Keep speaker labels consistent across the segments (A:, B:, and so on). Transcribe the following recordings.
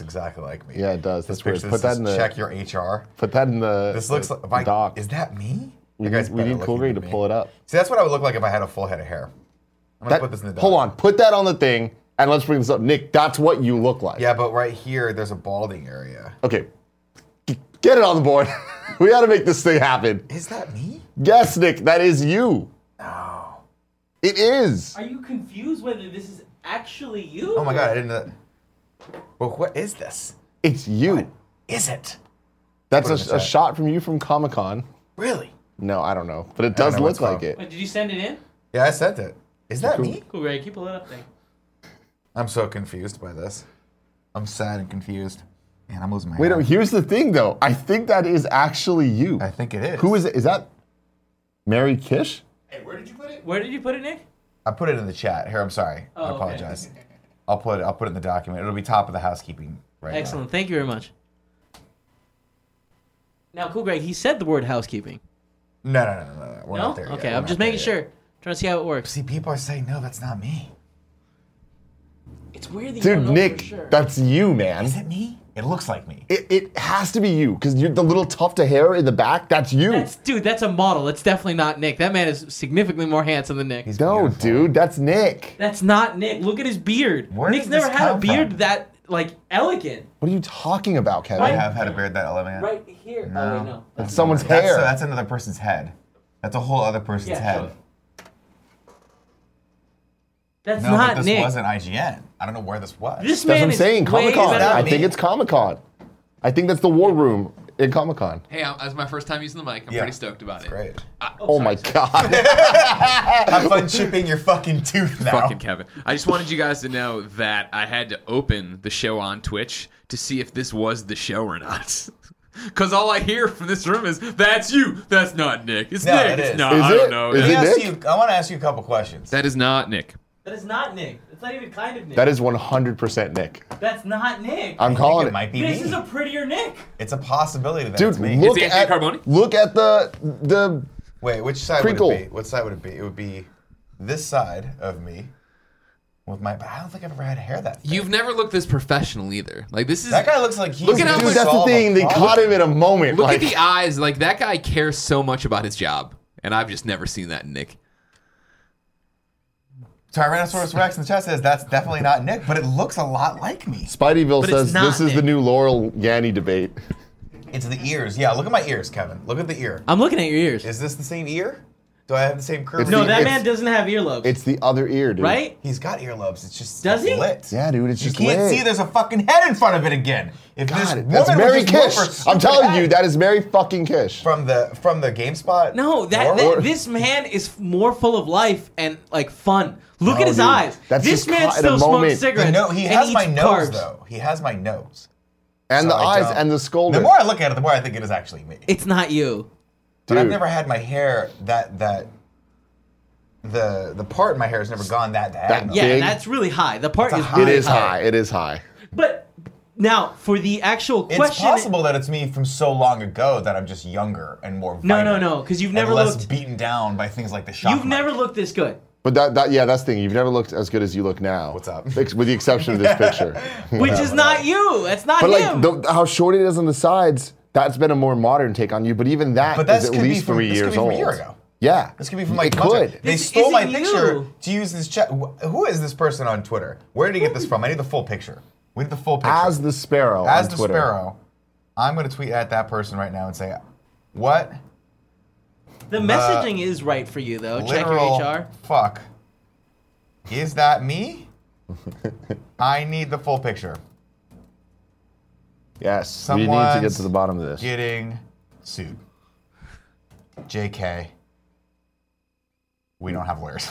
A: exactly like me.
B: Yeah, it does.
A: This
B: That's weird.
A: picture,
B: Put
A: this
B: that
A: is
B: in the-
A: check your HR.
B: Put that in the
A: This looks
B: the
A: like my,
B: doc.
A: Is that me?
B: we
A: That guy's
B: need, we
A: better
B: need
A: looking
B: Cool Ray to
A: than me.
B: pull it up.
A: See, that's what I would look like if I had a full head of hair. I'm gonna
B: That-
A: put this in the doc.
B: hold on. Put that on the thing, and let's bring this up. Nick, that's what you look like.
A: Yeah, but right here, there's a balding area.
B: Okay. G- Get it on the board. we got to make this thing happen.
A: Is that me?
B: Yes, Nick, that is you.
A: No.
B: It is.
C: Are you confused whether this is actually you?
A: Oh my god, I didn't. know that. Well, what is this?
B: It's you.
A: Is it
B: That's
A: What is
B: a, a
A: that?
B: shot from you from Comic Con.
A: really?
B: No, I don't know, but it does
A: know
B: look
A: what's
B: like
A: wrong.
B: it.
C: Wait, did you send it in?
A: Yeah, I sent it. Is that me?
C: Cool, Ray. Keep it lit up there.
A: I'm so confused by this. I'm sad and confused, and I'm losing my.
B: Wait, no,
A: head.
B: here's the thing though. I think that is actually you.
A: I think it is.
B: Who is it? Is that Mary Kish?
D: Hey, where did you put it?
C: Where did you put it, Nick?
A: I put it in the chat. Here, I'm sorry.
C: Oh,
A: I
C: okay.
A: apologize. I'll put it. I'll put it in the document. It'll be top of the housekeeping. Right. now.
C: Excellent. Thank you very much. Now, cool, Greg. He said the word housekeeping.
A: No, no, no, no, no. We're
C: no.
A: not there. yet.
C: okay,
A: We're
C: I'm
A: not
C: just
A: there
C: making
A: yet.
C: sure. Trying to see how it works.
A: See, people are saying no. That's not me.
C: It's weird that you don't
B: Dude,
C: know
B: Nick,
C: Oh, for sure.
B: that's you, man.
A: Is it me? It looks like me.
B: It, it has to be you because you're the little tuft of hair in the back. That's you.
C: That's dude. That's a model. That's definitely not Nick. That man is significantly more handsome than Nick.
A: He's
B: no,
A: beautiful.
B: dude, that's Nick.
C: That's not Nick. Look at his beard.
A: Where
C: Nick's
A: did this
C: never had a
A: come
C: beard
A: from?
C: that like elegant.
B: What are you talking about, Kevin?
A: I have had a beard that elegant.
C: Right here. Oh wait, no.
B: That's someone's
A: That's,
B: hair.
A: so that's another person's head. That's a whole other person's
C: Yeah,
A: head.
C: sure. That's
A: No, but
C: not
A: this
C: Nick.
A: wasn't IGN. I don't know where this was.
C: This
B: That's
C: man
B: what I'm
C: is
B: saying.
C: way
B: Comic Con.
C: better
B: I
C: than
B: think
C: me.
B: it's Comic Con. I think that's the war room in Comic Con.
D: Hey, I- that's my first time using the mic. I'm
A: Yeah.
D: pretty stoked about it.
A: Great.
B: Oh, my God.
A: Have fun chipping your fucking tooth now.
D: Fucking Kevin. I just wanted you guys to know that I had to open the show on Twitch to see if this was the show or not. Because all I hear from this room is, that's you. That's not Nick. It's
A: No,
D: Nick.
A: it
D: It's
A: is.
D: not.
B: Is
D: I
B: it?
D: don't know.
B: Is
A: Let me
B: it
A: ask
B: Nick?
A: you- I want to ask you a couple questions.
D: That is not Nick.
C: That is not Nick. That's not even kind of Nick.
B: That is 100% Nick.
C: That's not Nick.
B: I'm
A: I think
B: calling
A: it might be
C: this
A: me.
C: is a prettier Nick.
A: it's a possibility that
B: Dude,
A: it's me.
B: look
D: It's
B: at
D: Anthony Carboni?
B: look at the the
A: Wait, which side would
B: Crinkle.
A: it be? What side would it be? It would be this side of me with my. But I don't think I've ever had hair that thick.
D: You've never looked this professional either. Like, this is.
A: that guy looks like he's
D: Look at how
A: gonna
B: dude. That's the
A: solve a
B: thing. They
A: problem.
B: caught him in a moment.
D: Look
B: like,
D: at the eyes. Like that guy cares so much about his job, and I've just never seen that in Nick.
A: Tyrannosaurus Rex in the chat says that's definitely not Nick, but it looks a lot like me.
B: Spideyville
C: But it's
B: says
C: not
B: this is the
C: Nick.
B: new Laurel Yanny debate.
A: It's the ears. Yeah, look at my ears, Kevin. Look at the ear.
C: I'm looking at your ears.
A: Is this the same ear? Do I have the same curve?
B: It's
C: no,
B: the-
C: that
B: it's-
C: man doesn't have earlobes.
B: It's the other ear, dude.
C: right?
A: He's got earlobes. It's just
C: Does he?
A: lit.
B: Yeah, dude, it's
A: you
B: just
A: can't
B: lit.
A: see. There's a fucking head in front of it again. If this
B: God,
A: woman
B: that's
A: would
B: Mary
A: just move
B: Kish.
A: her
B: I'm
A: stupid
B: telling you,
A: head
B: that is Mary fucking Kish.
A: from the from the GameSpot.
C: No, that,
A: Laurel-
C: that this man is f- more full of life and like fun. Look
B: No,
C: at his
B: dude.
C: eyes.
B: That's
C: this
B: just
C: man
B: caught in a
C: still smokes
B: moment.
C: cigarettes.
A: The no, he
C: and
A: has my
C: eats
A: nose
C: carbs.
A: though. He has my nose
B: and
A: So
B: the
A: I
B: eyes
A: don't-
B: and the skull.
A: The
B: ring.
A: more I look at it, the more I think it is actually me.
C: It's not you.
A: But I've
B: Dude.
A: never had my hair that that the the part in my hair has never gone that diagonal.
C: Yeah,
B: Big.
C: that's really high. The part
A: It's a
C: is
A: high-
B: It
C: really
B: is high. It is high.
C: But now for the actual
A: It's
C: question.
A: possible that it's me from so long ago that I'm just younger and more
C: No, no,
A: vibrant
C: no, 'cause you've
A: and
C: never
A: less
C: looked-
A: beaten down by things like the shock.
C: You've
A: mic.
C: never looked this good.
B: But that, that yeah, that's the thing. You've never looked as good as you look now.
A: What's up?
B: Ex- With the exception of this picture.
C: Which is not you. That's not
B: But
C: him.
B: like the, how short it is on the sides, that's been a more modern take on you. But even that
A: But that's
B: is at
A: could be
B: least
A: from-
B: three
A: this could
B: years
A: be from
B: old.
A: a year ago.
B: Yeah,
A: This could be from like
B: it
A: months ago.
B: could.
A: They
C: This
A: stole my
C: isn't
A: picture
C: you.
A: to use this chat. Wh- Who is this person on Twitter? Where did he get this from? I need the full picture. We need the full picture.
B: As the sparrow
A: As
B: on
A: the
B: Twitter.
A: sparrow, I'm going to tweet at that person right now and say, "What
B: Uh,
C: The messaging is right for you though. Check your
A: literal
C: HR.
A: fuck is that me? I need the full picture.
B: Yes, we need to get
A: Someone's
B: to the bottom of this.
A: Getting sued. J.K. We don't have lawyers.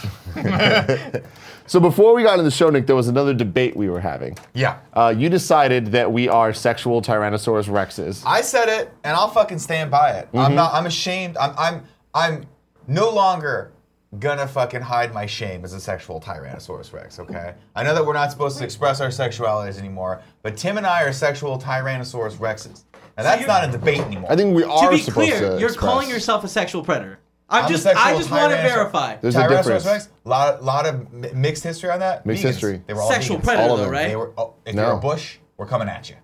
B: So before we got into the show, Nick, there was another debate we were having.
A: yeah."
B: Uh, you decided that we are sexual Tyrannosaurus Rexes.
A: I said it, and I'll fucking stand by it.
B: Mm-hmm.
A: I'm not. I'm ashamed. I'm. I'm. I'm no longer gonna fucking hide my shame as a sexual Tyrannosaurus Rex. Okay. I know that we're not supposed to express our sexualities anymore, but Tim and I are sexual Tyrannosaurus Rexes, and that's
C: you're-
A: not a debate anymore.
B: I think we are
C: To be
B: supposed
C: clear,
B: to
C: you're
B: express-
C: calling yourself a sexual predator.
A: I'm
C: I'm,
A: a
C: just I
A: sexual
C: just want to
A: Tyrannosaur-
C: verify.
B: There's a difference.
A: Tyrannosaurus Rex. Lot. Lot of mi- mixed history on that.
B: Mixed
A: Vegans.
B: history.
A: They were all
C: Sexual
A: vegans.
C: predator
B: All of
C: though,
B: them.
C: right?
A: They were. Oh, if
B: No.
A: you're a bush, we're coming at you.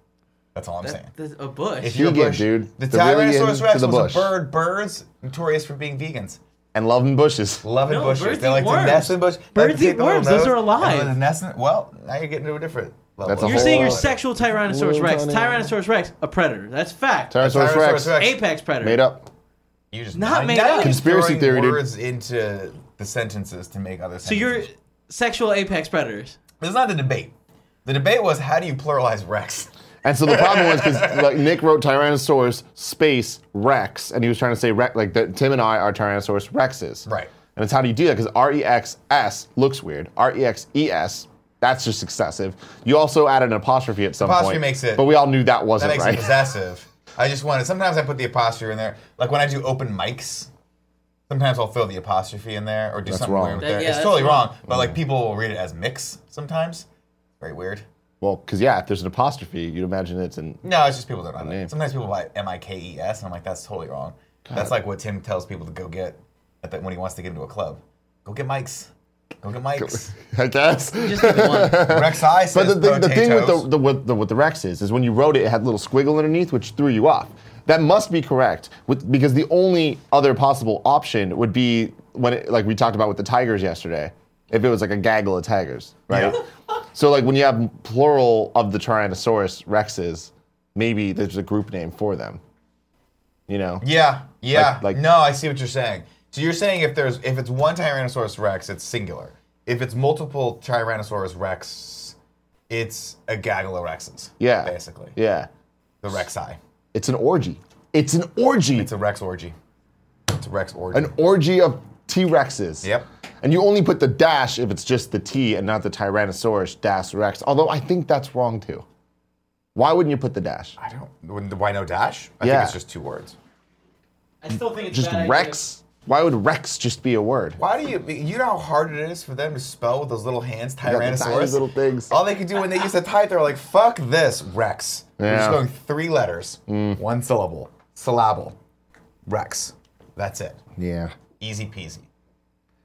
A: That's all I'm saying.
E: There's a bush.
A: If
B: you-
A: you're a
B: Vegan,
A: bush,
B: dude.
A: The
B: They're really
A: Tyrannosaurus
B: into
A: Rex
B: the
A: was
B: bush.
A: a bird. Birds notorious for being vegans.
B: and loving bushes.
A: Loving
E: No,
A: bushes.
E: birds
A: They
E: eat
A: like
E: worms.
A: to nest in bushes.
E: Birds eat worms. Those are alive.
A: well, now you're getting to a different level.
B: That's a
E: You're
B: whole
E: saying you're
B: lot.
E: sexual Tyrannosaurus
B: Ooh,
E: Rex.
B: Tony.
E: Tyrannosaurus Rex, a predator. That's fact.
B: Tyrannosaurus Rex.
A: Rex.
E: Apex predator.
B: Made up.
A: You just
E: Not
A: now
E: made
A: you're
E: up.
B: Conspiracy
A: throwing
B: theory, dude.
A: words into the sentences to make other.
E: So you're
A: sentences.
E: sexual apex predators.
A: This is not the debate. The debate was how do you pluralize Rex?
B: And so the problem was because like, Nick wrote Tyrannosaurus space Rex, and he was trying to say Rex, like that Tim and I are Tyrannosaurus Rexes.
A: Right.
B: And it's how do you do that? Because R E X S looks weird. R E X E S. That's just excessive. You also add an apostrophe at some
A: Apostrophe
B: point.
A: makes it-
B: But we all knew that
A: That
B: wasn't
A: makes
B: right.
A: it possessive. I just wanted. Sometimes I put the apostrophe in there. Like when I do open mics, sometimes I'll throw the apostrophe in there or do something
B: wrong. Mm.
A: weird with
E: That-
A: there.
E: yeah,
A: it's
E: that's
A: totally
E: wrong.
A: wrong. But like people will read it as mix sometimes. Very weird.
B: Well, because yeah, if there's an apostrophe, you'd imagine it's an.
A: No, it's just people don't know.
B: Name.
A: That. Sometimes people buy M I K E S, and I'm like, that's totally wrong. That's like what Tim tells people to go get at the, when he wants to get into a club. Go get mics. Go get mics.
B: I guess.
E: Just give me one.
A: Rex I
B: But
A: says
B: the, the, the thing with the,
A: potatoes.
B: the, with the with the Rex is, is when you wrote it, it had a little squiggle underneath, which threw you off. That must be correct, with, because the only other possible option would be when, it, like we talked about with the tigers yesterday, if it was like a gaggle of tigers, right? so like when you have plural of the Tyrannosaurus rexes, maybe there's a group name for them. You know,
A: Yeah, yeah.
B: Like- like-
A: no, I see what you're saying. So you're saying if there's if it's one Tyrannosaurus Rex, it's singular. If it's multiple Tyrannosaurus Rex, it's a gaggle of Rexes.
B: yeah,
A: basically
B: yeah.
A: the Rex I.
B: It's an orgy. It's an orgy.
A: It's a Rex orgy. It's a Rex orgy.
B: an orgy of T Rexes.
A: Yep.
B: And you only put the dash if it's just the T and not the Tyrannosaurus dash Rex. Although I think that's wrong too. Why wouldn't you put the dash?
A: I don't. when- Why no dash? I
B: Yeah.
A: think it's just two words.
E: I still think it's a
B: Just
E: bad idea.
B: Rex? Why would Rex just be a word?
A: Why do you? You know how hard it is for them to spell with those little hands,
B: got the tiny
A: Tyrannosaurus.
B: little things.
A: All they could do when they used to type, they were like, "Fuck this, Rex." We're
B: Yeah. Mm.
A: just going three letters, one syllable, syllable, Rex. That's it.
B: Yeah.
A: Easy peasy.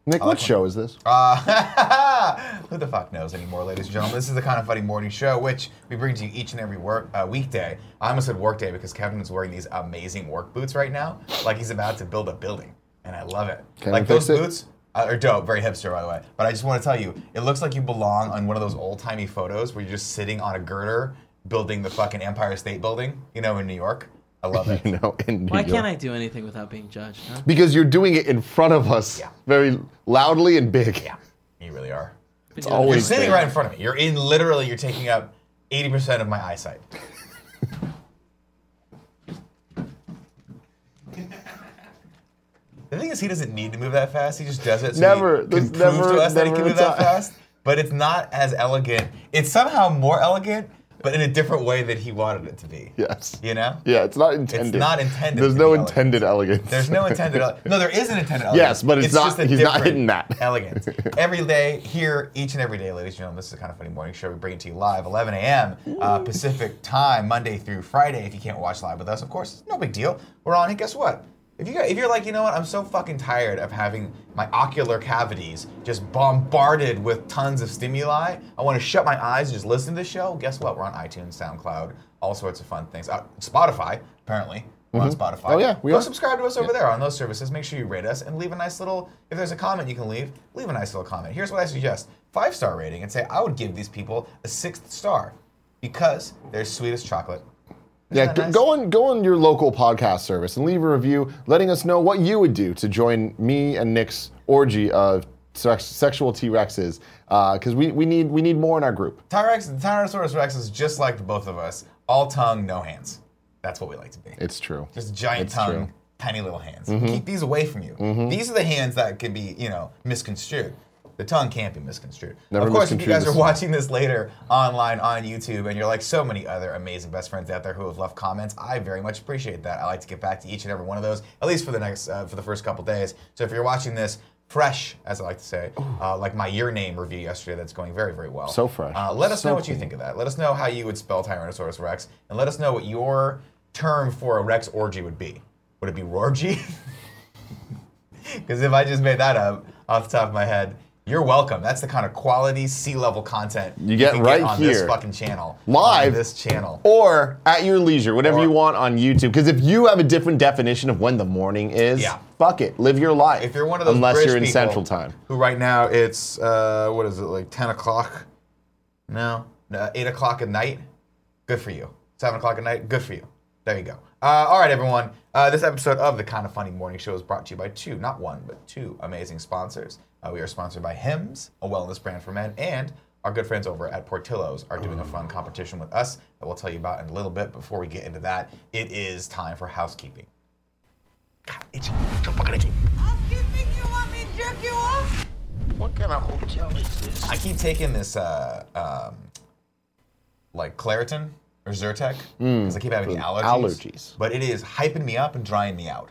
B: Nick, what show is this?
A: Uh, who the fuck knows anymore, ladies and gentlemen? This is the kind of funny morning show, which we bring to you each and every work uh, weekday. I almost said workday because Kevin is wearing these amazing work boots right now, like he's about to build a building, and I love it.
B: Kevin
A: like those
B: fixed it?
A: boots uh, are dope, very hipster, by the way. But I just want to tell you, it looks like you belong on one of those old timey photos where you're just sitting on a girder building the fucking Empire State Building, you know, in New York. I love it.
B: you know, in New
E: Why
B: York.
E: can't I do anything without being judged? Huh?
B: Because you're doing it in front of us
A: Yeah.
B: very loudly and big.
A: yeah, you really are.
E: It's
B: always-
A: You're sitting
B: big.
A: right in front of me. You're in literally. You're taking up eighty percent of my eyesight. the thing is, he doesn't need to move that fast. He just does it. So
B: Never.
A: He
B: There's
A: can prove
B: never-
A: to us that he
B: never
A: can
B: a
A: move that
B: time.
A: fast. But it's not as elegant. It's somehow more elegant, but in a different way that he wanted it to be.
B: Yes.
A: You know.
B: Yeah, it's not intended.
A: not intended
B: There's
A: to
B: no
A: be elegant.
B: intended elegance.
A: There's no intended. ele- no, there is an intended. Elegance.
B: Yes, but it's not-
A: just a
B: he's not
A: different
B: hitting that.
A: elegance. Every day here, each and every day, ladies and gentlemen, this is a kind of funny morning show. We bring it to you live, 11 a.m. Uh, Pacific time, Monday through Friday. If you can't watch live with us, of course, no big deal. We're on it. Guess what? If you got, if you're like, you know what, I'm so fucking tired of having my ocular cavities just bombarded with tons of stimuli. I want to shut my eyes and just listen to the show. Guess what? We're on iTunes, SoundCloud, all sorts of fun things. Uh, Spotify, apparently. We're on Spotify.
B: Oh, yeah, we
A: Go
B: are.
A: subscribe to us over there on those services. Make sure you rate us and leave a nice little. If there's a comment you can leave, leave a nice little comment. Here's what I suggest: five star rating, and say I would give these people a sixth star because they're sweet as chocolate.
B: Yeah,
A: that
B: go,
A: nice?
B: go on go on your local podcast service and leave a review, letting us know what you would do to join me and Nick's orgy of sex, sexual T Rexes, because we, we need we need more in our group.
A: Tyrex, the Tyrannosaurus Rex is just like the both of us: all tongue, no hands. That's what we like to be.
B: It's true.
A: Just giant
B: It's
A: tongue,
B: true. Mm-hmm.
A: tiny little hands. Keep these away from you. These are the hands that could be, you know, misconstrued. The tongue can't be misconstrued.
B: Never
A: of course, if you
B: misconstrue
A: guys are
B: this.
A: watching this later online on YouTube and you're like so many other amazing best friends out there who have left comments, I very much appreciate that. I like to get back to each and every one of those, at least for the next, uh, for the first couple days. So if you're watching this fresh, as I like to say, uh, like my Your Name review yesterday that's going very, very well.
B: So fresh.
A: Uh, let us
B: So
A: know what you
B: clean.
A: think of that. Let us know how you would spell Tyrannosaurus Rex, and let us know what your term for a Rex orgy would be. Would it be Rorgy? Because if I just made that up off the top of my head, You're welcome. That's the kind of quality sea level content you
B: get
A: can
B: right
A: on this
B: here.
A: fucking channel.
B: Live.
A: on this channel.
B: Or at your leisure, whatever
A: Or-
B: you want on YouTube. Because if you have a different definition of when the morning is,
A: Yeah.
B: fuck it. Live your life.
A: If you're one of those
B: Unless
A: British
B: you're in
A: people
B: Central Time.
A: who right now it's uh, what is it like ten o'clock? No, no eight o'clock at night. Good for you. Seven o'clock at night. Good for you. There you go. Uh, all right, everyone. Uh, this episode of the Kind of Funny Morning Show is brought to you by two, not one, but two amazing sponsors. Uh, we are sponsored by Hims, a wellness brand for men, and our good friends over at Portillo's are doing a fun competition with us that we'll tell you about in a little bit. Before we get into that, it is time for housekeeping. God, itchy. So fucking itchy.
F: Housekeeping, you want me to jerk you off?
A: I keep taking this, uh, um, like Claritin or Zyrtec because I keep having allergies.
B: Hmm. allergies.
A: But it is hyping me up and drying me out.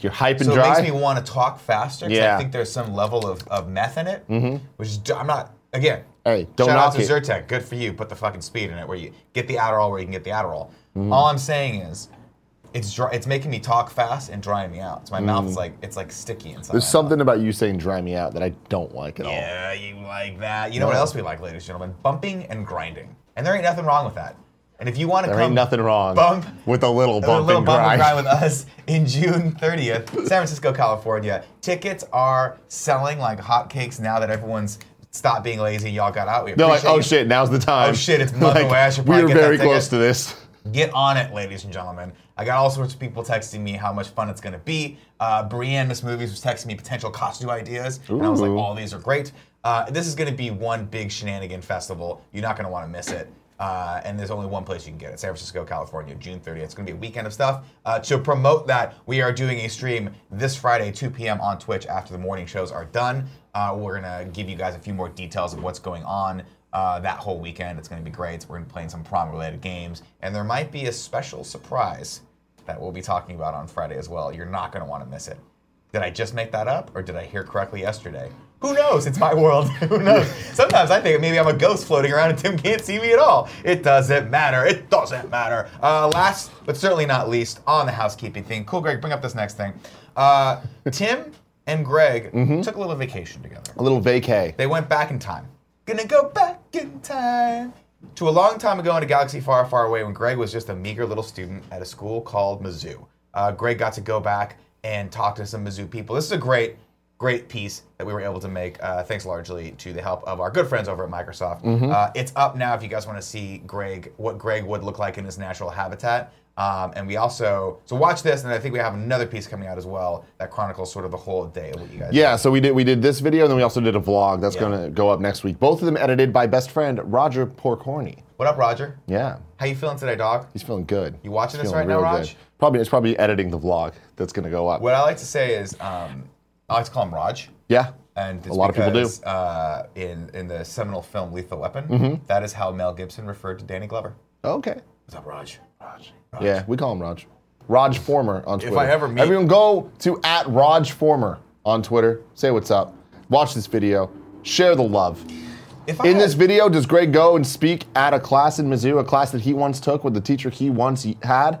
B: You're hype and
A: So
B: dry.
A: it makes me want to talk faster. 'cause
B: Yeah. Mm-hmm.
A: I think there's some level of, of meth in it, which is, I'm not. Again,
B: Hey, don't
A: shout out
B: knock
A: to
B: it.
A: Zyrtec. Good for you. Put the fucking speed in it where you get the Adderall where you can get the Adderall.
B: Mm-hmm.
A: All I'm saying is. It's dry, it's making me talk fast and drying me out. So my mouth is like it's like sticky inside.
B: Mm. There's
A: my mouth.
B: something about you saying dry me out that I don't like at all.
A: Yeah, you like that. You know what else we like, ladies and gentlemen? Bumping and grinding. And there ain't nothing wrong with that. And if you want to
B: There
A: come
B: ain't nothing wrong
A: bump-
B: with a little
A: a
B: bump
A: little
B: and
A: bump and grind
B: grind.
A: with us in June 30th, San Francisco, California. Tickets are selling like hotcakes now that everyone's stopped being lazy. and Y'all got out. We
B: They're like,
A: appreciate
B: oh
A: you.
B: shit, now's the time.
A: Oh shit, it's month away, I should
B: we
A: probably
B: were
A: get that
B: very
A: ticket.
B: close to this.
A: Get on it, ladies and gentlemen. I got all sorts of people texting me how much fun it's going to be. Uh, Brienne Miss Movies was texting me potential costume ideas, and I was like,
B: Ooh.
A: all these are great. Uh, this is going to be one big shenanigan festival. You're not going to want to miss it. Uh, and there's only one place you can get it San Francisco, California, June 30th. It's going to be a weekend of stuff. Uh, to promote that, we are doing a stream this Friday, 2 p.m. on Twitch after the morning shows are done. Uh, we're going to give you guys a few more details of what's going on uh, that whole weekend. It's going to be great. We're going to be playing some prom related games. And there might be a special surprise that we'll be talking about on Friday as well. You're not going to want to miss it. Did I just make that up, or did I hear correctly yesterday? Who knows? It's my world. Who knows? Sometimes I think maybe I'm a ghost floating around and Tim can't see me at all. It doesn't matter. It doesn't matter. Uh, last, but certainly not least, on the housekeeping thing. Cool, Greg, bring up this next thing. Uh, Tim and Greg took a little vacation together.
B: A little vacay.
A: They went back in time. Gonna go back in time to a long time ago in a galaxy far, far away when Greg was just a meager little student at a school called Mizzou. Uh, Greg got to go back and talk to some Mizzou people. This is a great, great piece that we were able to make, uh, thanks largely to the help of our good friends over at Microsoft. Uh, it's up now if you guys want to see Greg, what Greg would look like in his natural habitat. Um, and we also, so watch this, and I think we have another piece coming out as well that chronicles sort of the whole day of what you guys
B: Yeah, so we did we did this video and then we also did a vlog that's
A: Yeah.
B: gonna go up next week. Both of them edited by best friend Roger Porcorny.
A: What up, Roger?
B: Yeah.
A: How you feeling today, dog?
B: He's feeling good.
A: You watching
B: He's
A: this
B: feeling
A: right now,
B: real
A: Raj?
B: good. Probably it's probably editing the vlog that's gonna go up.
A: What I like to say is, um, I like to call him Raj.
B: yeah.
A: And it's
B: a lot of people do.
A: because, Uh, in in the seminal film Lethal Weapon,
B: Mm-hmm.
A: that is how Mel Gibson referred to Danny Glover.
B: Okay.
A: What's up, Raj? Raj.
B: Yeah, we call him Raj. Raj Former on Twitter.
A: I ever meet-
B: Everyone go to at Raj Former on Twitter. Say what's up. Watch this video. Share the love.
A: If
B: In
A: had-
B: this video, does Greg go and speak at a class in Mizzou, a class that he once took with the teacher he once had,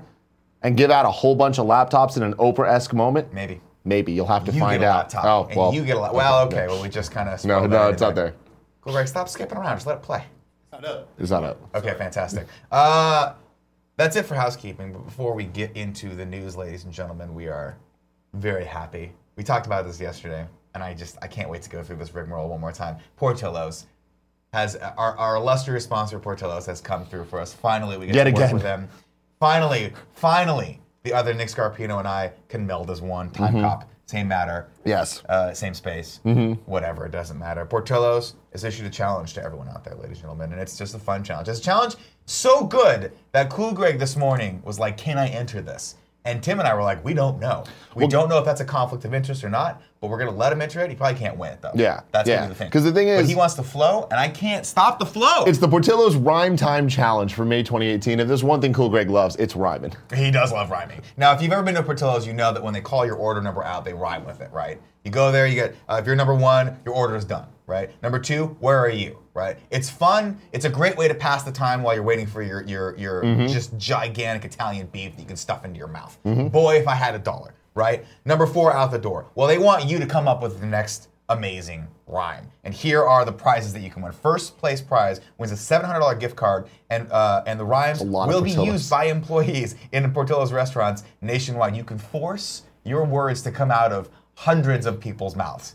B: and give out a whole bunch of laptops in an Oprah-esque moment?
A: maybe
B: Maybe you'll have to
A: you
B: find
A: get a
B: out.
A: laptop,
B: oh,
A: and
B: well.
A: you get a laptop. Well,
B: okay,
A: okay.
B: no.
A: Well, we just kind of
B: no, no, it's not there.
A: Cool, Greg. Stop skipping around. Just let it play.
B: It's not up.
A: Okay, fantastic. Uh, that's it for housekeeping. But before we get into the news, ladies and gentlemen, we are very happy. We talked about this yesterday, and I just I can't wait to go through this rigmarole one more time. Portillo's has our, our illustrious sponsor Portillo's has come through for us. Finally, we get
B: Yet
A: to work
B: again.
A: with them. Finally, finally, the other Nick Scarpino and I can meld as one. Time
B: Mm-hmm.
A: cop, same matter
B: Yes. Mm-hmm.
A: uh, same space, whatever, it doesn't matter. Portillo's has issued a challenge to everyone out there, ladies and gentlemen, and it's just a fun challenge. It's a challenge so good that Cool Greg this morning was like, Can I enter this? And Tim and I were like, We don't know. We don't know if that's a conflict of interest or not, but we're going to let him enter it. He probably can't win it, though.
B: Yeah,
A: That's
B: yeah.
A: going to be the thing.
B: 'Cause the thing
A: But
B: is-
A: he wants to flow, and I can't stop the flow.
B: It's the Portillo's Rhyme Time Challenge for May 2018. If there's one thing Cool Greg loves, it's rhyming.
A: He does love rhyming. Now, if you've ever been to Portillo's, you know that when they call your order number out, they rhyme with it, right? You go there, you get, uh, if you're number one, your order is done, right? Number two, where are you, right? It's fun. It's a great way to pass the time while you're waiting for your your your
B: Mm-hmm.
A: just gigantic Italian beef that you can stuff into your mouth. Boy, if I had a dollar, right? Number four, out the door. Well, they want you to come up with the next amazing rhyme. And here are the prizes that you can win. First place prize wins a $700 gift card, and uh, and the rhymes
B: lot of
A: will be
B: Portillo's.
A: used by employees in Portillo's restaurants nationwide. You can force your words to come out of hundreds of people's mouths.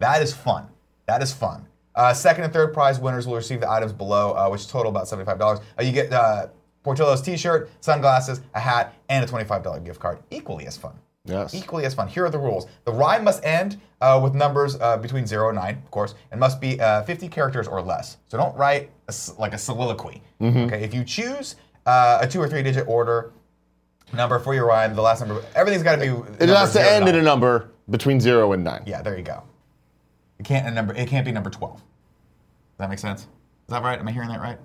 A: That is fun. That is fun. Uh, second and third prize winners will receive the items below, uh, which total about seventy-five dollars. Uh, you get uh, Portillo's T-shirt, sunglasses, a hat, and a twenty-five dollar gift card. Equally as fun.
B: Yes.
A: Equally as fun. Here are the rules. The rhyme must end uh, with numbers uh, between zero and nine, of course, and must be uh, fifty characters or less. So don't write a s like a soliloquy.
B: Mm-hmm.
A: Okay. If you choose uh, a two or three-digit order number for your rhyme, the last number, everything's got to be.
B: It has to end at a number between zero and nine.
A: Yeah, there you go. It can't a number. It can't be number twelve. Does that make sense? Is that right? Am I hearing that right?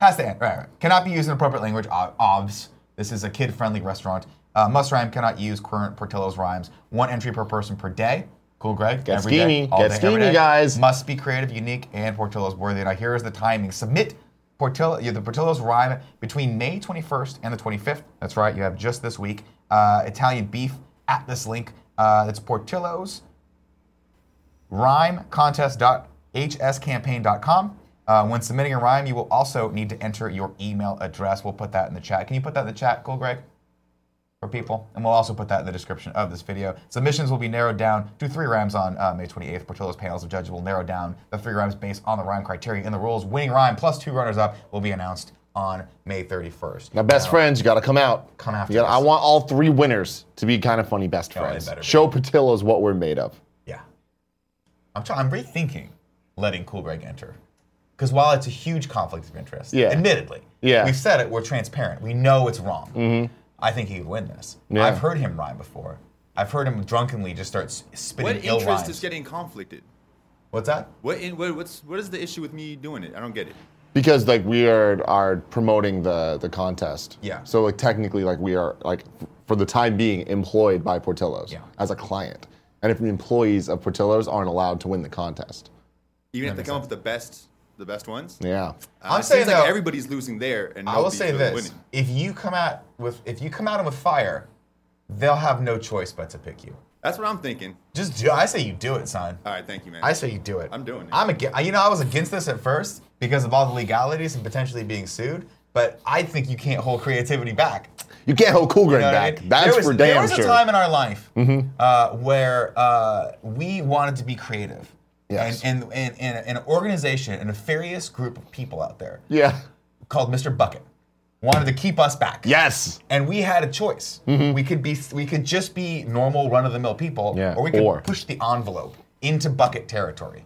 A: Has to end. Right, right. Cannot be used in appropriate language. ob- Obs. This is a kid-friendly restaurant. Uh, must rhyme. Cannot use current Portillo's rhymes. One entry per person per day. Cool, Greg.
B: Get
A: Every day,
B: skeamy.
A: all
B: Get
A: day, every
B: skeamy,
A: day.
B: guys.
A: Must be creative, unique, and Portillo's worthy. Now here is the timing. Submit Portillo, yeah, the Portillo's rhyme between May 21st and the 25th. That's right. You have just this week. Uh, Italian beef at this link. Uh, it's Portillo's rhymecontest.hscampaign.com. Uh, when submitting a rhyme, you will also need to enter your email address. We'll put that in the chat. Can you put that in the chat, cool, Greg? For people, and we'll also put that in the description of this video. Submissions will be narrowed down to three rhymes on uh, May 28th. Portillo's panels of judges will narrow down the three rhymes based on the rhyme criteria and the rules. Winning rhyme plus two runners-up will be announced on May 31st.
B: Now, best friends, you got to come out.
A: Come after
B: You gotta-
A: us.
B: I want all three winners to be kind of funny best
A: they
B: friends.
A: better be.
B: Show Patillos what we're made of.
A: Yeah. I'm trying, I'm rethinking letting Cool Greg enter. Because while it's a huge conflict of interest,
B: Yeah.
A: admittedly,
B: Yeah. Mm-hmm.
A: we've said it, we're transparent, we know it's wrong. I think he would win this.
B: Yeah.
A: I've heard him rhyme before. I've heard him drunkenly just start s- spitting
G: What
A: ill
G: interest
A: rhymes.
G: is getting conflicted?
A: What's that?
G: What in what, what's what is the issue with me doing it? I don't get it.
B: Because like we are are promoting the the contest.
A: Yeah.
B: So like technically like we are like f- for the time being employed by Portillo's
A: Yeah.
B: as a client. And if the employees of Portillo's aren't allowed to win the contest.
G: Even if they come up with the best the best ones.
B: Yeah.
G: Uh,
A: I'm
G: it seems
A: saying,
G: like
A: though-
G: everybody's losing there, and
A: I will
G: nobody's
A: say
G: really
A: this:
G: winning.
A: if you come out with if you come at him with fire, they'll have no choice but to pick you.
G: That's what I'm thinking.
A: Just do. I say you do it, son.
G: All right, thank you, man.
A: I say you do it.
G: I'm doing it.
A: I'm against. You know, I was against this at first because of all the legalities and potentially being sued. But I think you can't hold creativity back.
B: You can't hold Cool Green
A: You know what I
B: back.
A: mean?
B: That's
A: there was,
B: for
A: There
B: damn
A: was
B: sure. Mm-hmm.
A: a time in our life uh, where uh, we wanted to be creative.
B: Yes.
A: And, and, and, and an organization and a furious group of people out there
B: yeah.
A: called Mr. Bucket wanted to keep us back
B: Yes.
A: and we had a choice.
B: Mm-hmm.
A: We could be we could just be normal run of the mill people,
B: Yeah,
A: or we could
B: or-
A: push the envelope into bucket territory,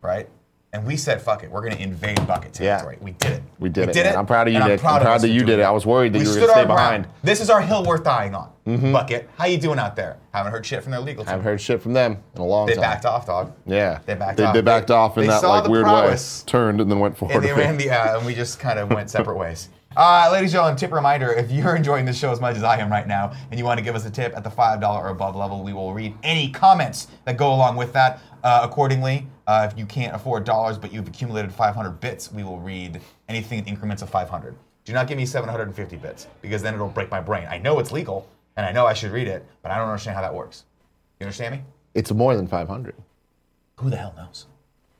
A: right? And we said, "Fuck it, we're going to invade bucket
B: Yeah.
A: territory." We did it.
B: We did it, man. I'm proud of you,
A: and
B: Nick. I'm proud
A: us
B: that
A: for
B: you
A: doing
B: did it. I was worried that
A: We
B: you were
A: stood
B: gonna stay
A: our ground.
B: behind.
A: This is our hill worth dying on. Bucket, how you doing out there? Haven't heard shit from their legal team.
B: I've heard shit from them in a long
A: they
B: time.
A: backed off, dog.
B: Yeah.
A: they backed
B: they,
A: off.
B: They backed off in
A: they
B: that
A: saw
B: like
A: the
B: weird
A: prowess.
B: way. Turned and then went forward.
A: And they ran the uh, and we just kind of went separate ways. Uh, ladies and gentlemen, tip reminder: if you're enjoying the show as much as I am right now, and you want to give us a tip at the five dollar or above level, we will read any comments that go along with that. Uh, accordingly, uh, if you can't afford dollars but you've accumulated 500 bits, we will read anything in increments of 500. Do not give me 750 bits because then it'll break my brain. I know it's legal and I know I should read it, but I don't understand how that works. You understand me?
B: it's more than 500.
A: Who the hell knows?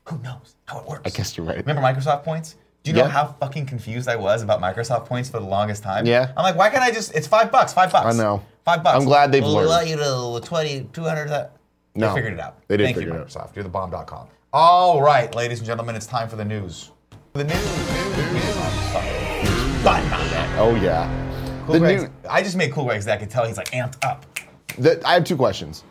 A: Who knows how it works?
B: I guess you're right.
A: Remember Microsoft points? Do you know
B: Yeah.
A: how fucking confused I was about Microsoft points for the longest time?
B: Yeah.
A: I'm like, why can't I just? It's five bucks. Five bucks.
B: I know.
A: Five bucks.
B: I'm glad they've learned.
A: We'll allow you to 20, 200. That.
B: No,
A: uh, They figured it out.
B: they did
A: Thank you,
B: figure it out.
A: Microsoft. You're the bomb.com. All right, ladies and gentlemen, it's time for the news. The news. news, news. Bye, bye.
B: Oh yeah.
A: Cool
B: the
A: Greg's-
B: new,
A: I just made Cool Regs that I could tell he's like amped up.
B: the, I have two questions.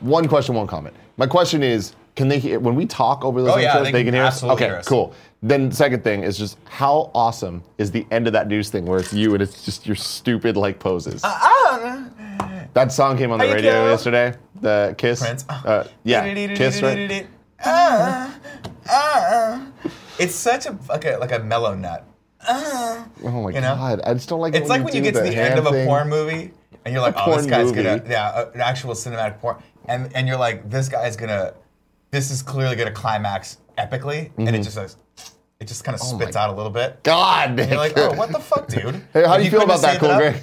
B: One question, one comment. My question is, can they hear when we talk over those
A: Oh, yeah,
B: intros,
A: they
B: They,
A: can
B: can hear us.
A: absolutely
B: Okay,
A: hear us.
B: cool. Then the second thing is just how awesome is the end of that news thing where it's you and it's just your stupid like poses. that song came on the
A: How Ah. you
B: radio
A: doing?
B: yesterday. The kiss.
A: Prince.
B: Uh, yeah, kiss. Right?
A: Ah, ah. It's such a like a like a mellow nut. Ah.
B: Oh my
A: You know?
B: god, I just don't like. it
A: It's like when you
B: do
A: get to the
B: hand
A: end of a
B: thing.
A: porn movie and you're like,
B: A
A: oh, this
B: porn
A: guy's
B: movie.
A: gonna, yeah, a- an actual cinematic porn, and and you're like, this guy's gonna, this is clearly gonna climax epically, and it just like, it just kind of spits out a little bit.
B: Mm-hmm. Oh God,
A: And you're like, oh, what the fuck, dude?
B: Hey,
A: Like,
B: how do you,
A: you
B: feel
A: couldn't
B: about that,
A: save it
B: Cool
A: up?
B: Greg?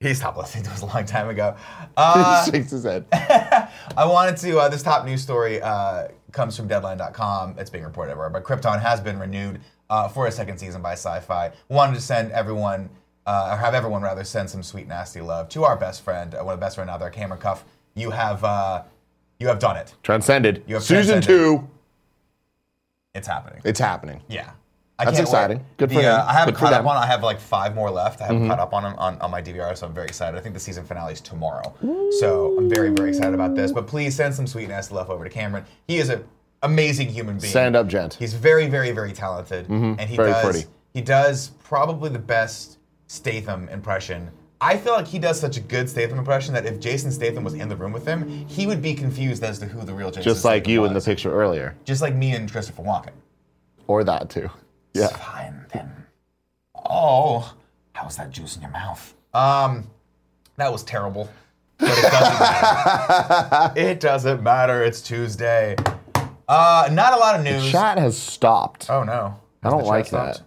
A: He stopped listening to us a long time ago. Uh,
B: shakes his head.
A: I wanted to. Uh, this top news story uh, comes from Deadline.com. It's being reported everywhere, but Krypton has been renewed uh, for a second season by Sci-Fi. Wanted to send everyone, uh, or have everyone rather, send some sweet nasty love to our best friend, uh, one of the best friend out there, Cameron Cuff. You have, uh, you have done it.
B: Transcended.
A: You have
B: Season
A: transcended.
B: two.
A: It's happening.
B: It's happening.
A: yeah. I
B: That's
A: can't wait.
B: exciting. Good for
A: the, uh,
B: him.
A: I haven't
B: Good for
A: caught up
B: them. Mm-hmm.
A: on. I have like five more left. I haven't caught up on 'em on, on my DVR, so I'm very excited. I think the season finale is tomorrow, so I'm very very excited about this. But please send some sweet nasty love over to Cameron. He is an amazing human being.
B: Stand up, gent. Mm-hmm.
A: He's very very very talented, and he
B: Very
A: does
B: pretty.
A: he does probably the best Statham impression. I feel like he does such a good Statham impression that if Jason Statham was in the room with him, he would be confused as to who the real Jason.
B: Just like
A: Statham
B: you
A: was.
B: in the picture earlier,
A: Just like me and Christopher Walken.
B: or that too. Yeah.
A: Find them. Oh, how was that juice in your mouth? Um, that was terrible. But it doesn't matter. it doesn't matter. It's Tuesday. Uh, not a lot of news.
B: Chat has stopped.
A: oh no.
B: I
A: Has
B: don't
A: the
B: like
A: chat
B: that.
A: stopped?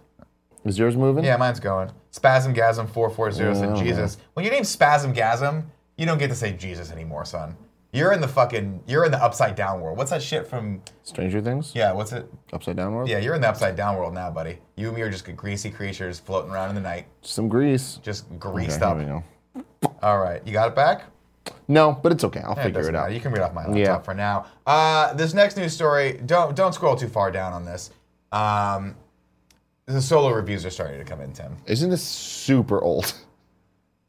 B: Is yours moving?
A: Yeah, mine's going. Spasmgasm four four zero said Jesus. When your name's Spasmgasm, you don't get to say Jesus anymore, son. You're in the fucking. You're in the upside down world. What's that shit from?
B: Stranger Things.
A: Yeah, what's it?
B: Upside down world.
A: Yeah, you're in the upside down world now, buddy. You and me are just greasy creatures floating around in the night.
B: Some grease.
A: just greased
B: Okay, here we
A: up.
B: go.
A: All right, you got it back.
B: No, but it's okay. I'll
A: Yeah,
B: figure
A: doesn't
B: it out.
A: matter. You can read off my laptop
B: Yeah.
A: for now. Uh, this next news story. Don't don't scroll too far down on this. Um, the solo reviews are starting to come in, Tim.
B: Isn't this super old?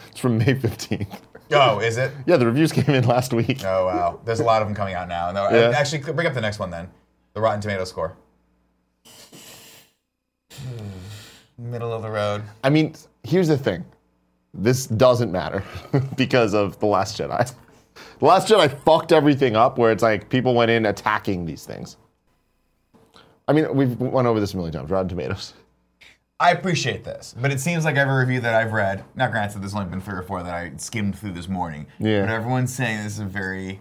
B: It's from May 15th.
A: Oh, is it?
B: Yeah, the reviews came in last week.
A: Oh wow, there's a lot of them coming out now. And they're-
B: Yeah.
A: Actually, bring up the next one then. The Rotten Tomato score. Hmm, Middle of the road.
B: I mean, here's the thing. This doesn't matter because of The Last Jedi. The Last Jedi fucked everything up where it's like people went in attacking these things. I mean, we've went over this a million times. Rotten Tomatoes.
A: I appreciate this, but it seems like every review that I've read, now granted, there's only been three or four that I skimmed through this morning,
B: Yeah.
A: but everyone's saying this is a very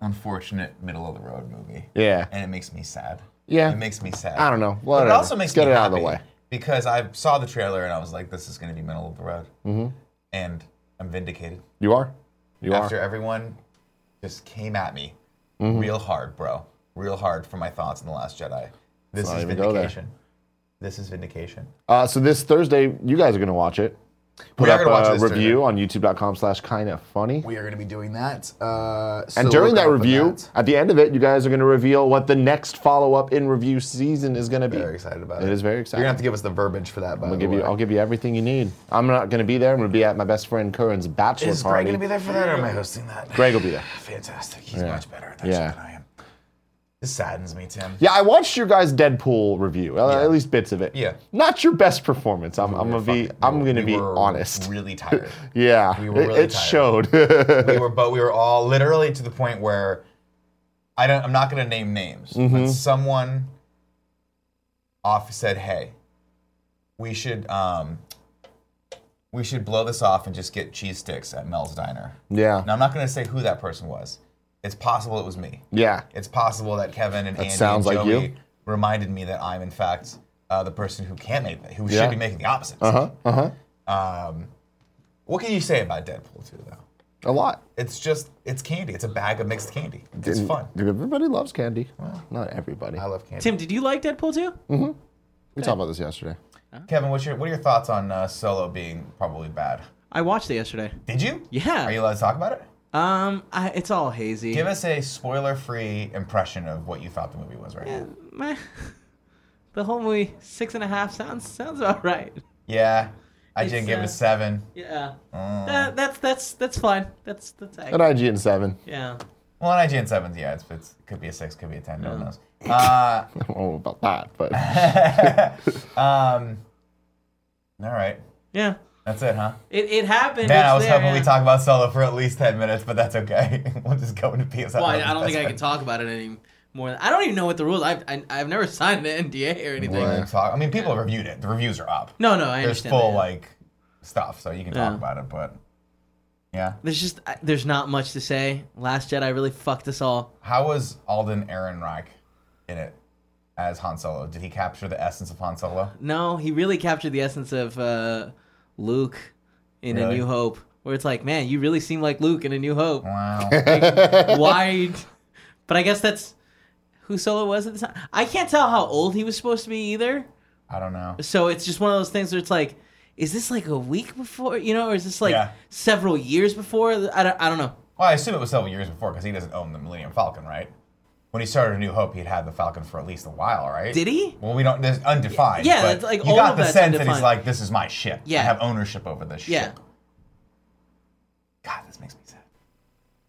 A: unfortunate middle of the road movie.
B: Yeah.
A: And it makes me sad.
B: Yeah.
A: It makes me sad.
B: I don't know.
A: But
B: Whatever.
A: it also makes
B: Let's get
A: me
B: it out of the
A: happy
B: way.
A: Because I saw the trailer and I was like, this is going to be middle of the road. Mm-hmm. And I'm vindicated.
B: You are? You
A: After
B: are. Mm-hmm.
A: everyone just came at me real hard, bro. Real hard for my thoughts in The Last Jedi. This
B: not
A: is
B: even go there.
A: vindication. This is vindication.
B: Uh, so this Thursday, you guys are going to watch it. Put
A: are
B: up
A: gonna watch
B: a
A: this
B: review on youtube.com slash kind of funny.
A: We are going to be doing that. Uh,
B: And during that review, at the end of it, you guys are going to reveal what the next follow-up in review season is going to be.
A: very excited about it.
B: It is very
A: You're
B: exciting.
A: gonna have to give us the verbiage for that. By
B: I'll
A: the
B: give
A: way.
B: you. I'll give you everything you need. I'm not going to be there. I'm going to be at my best friend Curran's bachelor
A: is Greg
B: party.
A: gonna be there for that, or am I hosting that?
B: Greg will be there.
A: Fantastic. He's
B: Yeah.
A: much better at that
B: Yeah.
A: shit than I am. This saddens me, Tim.
B: Yeah, I watched your guys' Deadpool review. uh,
A: Yeah.
B: At least bits of it.
A: Yeah.
B: Not your best performance. I'm. I'm gonna be.
A: Fucking-
B: I'm
A: we
B: gonna be
A: were
B: honest.
A: Really tired.
B: yeah.
A: we were
B: it-
A: really
B: it
A: tired.
B: showed.
A: we were, but we were all literally to the point where I don't. I'm not gonna name names,
B: Mm-hmm.
A: but someone off said, "Hey, we should um, we should blow this off and just get cheese sticks at Mel's Diner."
B: yeah.
A: Now I'm not gonna say who that person was. It's possible it was me.
B: Yeah.
A: It's possible that Kevin and Andy
B: sounds
A: and
B: like
A: Joey
B: you.
A: reminded me that I'm in fact uh, the person who can't make that, who
B: Yeah.
A: should be making the opposite.
B: Uh huh. Uh huh.
A: Um, what can you say about Deadpool 2 though?
B: A lot.
A: It's just it's candy. It's a bag of mixed candy. It's
B: And
A: fun.
B: Everybody loves candy. Not everybody.
A: I love candy.
E: Tim, did you like Deadpool too?
B: Mm. We talked about this yesterday.
A: Kevin, what's your what are your thoughts on uh, Solo being probably bad?
E: I watched it yesterday.
A: Did you?
E: Yeah.
A: Are you allowed to talk about it?
E: Um, I, it's all hazy.
A: Give us a spoiler-free impression of what you thought the movie was right now.
E: Meh. The whole movie six and a half sounds sounds about right.
A: Yeah. I
E: It's,
A: did give it
E: uh,
A: a seven.
E: Yeah.
A: Mm.
E: That, that's that's that's fine. That's that's
B: At IGN seven.
E: yeah.
A: Well, an IGN seven's yeah, it's, it's could be a six, could be a ten, no one knows. Uh,
B: I don't know about that, but
A: um, all right,
E: Yeah.
A: that's it, huh?
E: It, it happened.
A: Man,
E: it's
A: I was
E: there,
A: hoping
E: yeah.
A: we talk about solo for at least ten minutes, but that's okay. we'll just go into PS.
E: Well, I, I don't think I can talk about it anymore. I don't even know what the rules. I've I, I've never signed an NDA or anything.
A: We'll talk. I mean, people have reviewed it. The reviews are up.
E: No, no, I
A: There's
E: understand.
A: full
E: that.
A: like stuff, so you can talk
E: Yeah.
A: about it. But yeah,
E: There's just I- there's not much to say. Last Jedi really fucked us all.
A: how was Alden Ehrenreich in it as Han Solo? Did he capture the essence of Han Solo?
E: No, he really captured the essence of uh, Luke in
A: Really?
E: A New Hope
C: where it's like, man, you really seem like Luke in A New Hope.
A: Wow.
C: Why? But I guess that's who Solo was at the time. I can't tell how old he was supposed to be either.
A: I don't know.
C: So it's just one of those things where it's like, is this like a week before, you know, or is this like
A: Yeah.
C: several years before? I don't, I don't know.
A: Well, I assume it was several years before because he doesn't own the Millennium Falcon, right? When he started A New Hope, he'd had the Falcon for at least a while, right?
C: Did he?
A: Well, we don't. There's undefined.
C: Yeah,
A: but
C: that's like
A: you
C: all
A: got
C: of
A: the
C: that's
A: sense that he's
C: undefined.
A: like, "This is my ship.
C: Yeah.
A: I have ownership over this
C: Yeah.
A: ship." God, this makes me sad.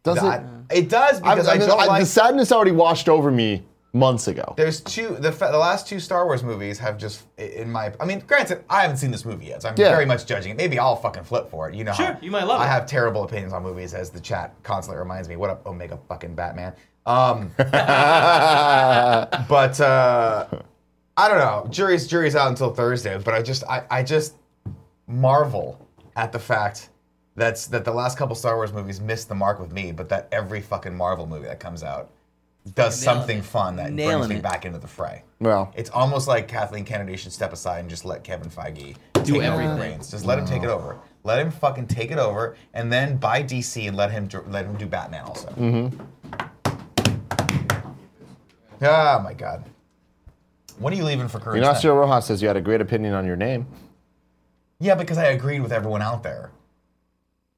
B: Does
A: I-
B: it?
A: it does
B: I,
A: because I,
B: I mean,
A: don't
B: I-
A: like.
B: the sadness already washed over me months ago.
A: there's two. The, fa- the last two Star Wars movies have just, i- in my. I mean, granted, I haven't seen this movie yet, so I'm
B: Yeah.
A: very much judging it. Maybe I'll fucking flip for it. You know.
C: Sure,
A: how
C: you might love
A: I
C: it.
A: have terrible opinions on movies, as the chat constantly reminds me. What up, Omega fucking Batman? Um, but uh, I don't know. Jury's jury's out until Thursday. But I just I, I just marvel at the fact that's that the last couple Star Wars movies missed the mark with me, but that every fucking Marvel movie that comes out does
C: Nailing
A: something
C: it.
A: fun that brings
C: Nailing
A: me
C: it.
A: back into the fray.
B: Well.
A: it's almost like Kathleen Kennedy should step aside and just let Kevin Feige do
C: everything.
A: Reins. Just let him take it over. Let him fucking take it over, and then buy DC and let him dr- let him do Batman also.
B: Mm-hmm.
A: Oh my god. When are you leaving for Courage? then?
B: Ignacio Rojas says you had a great opinion on your name.
A: Yeah, because I agreed with everyone out there,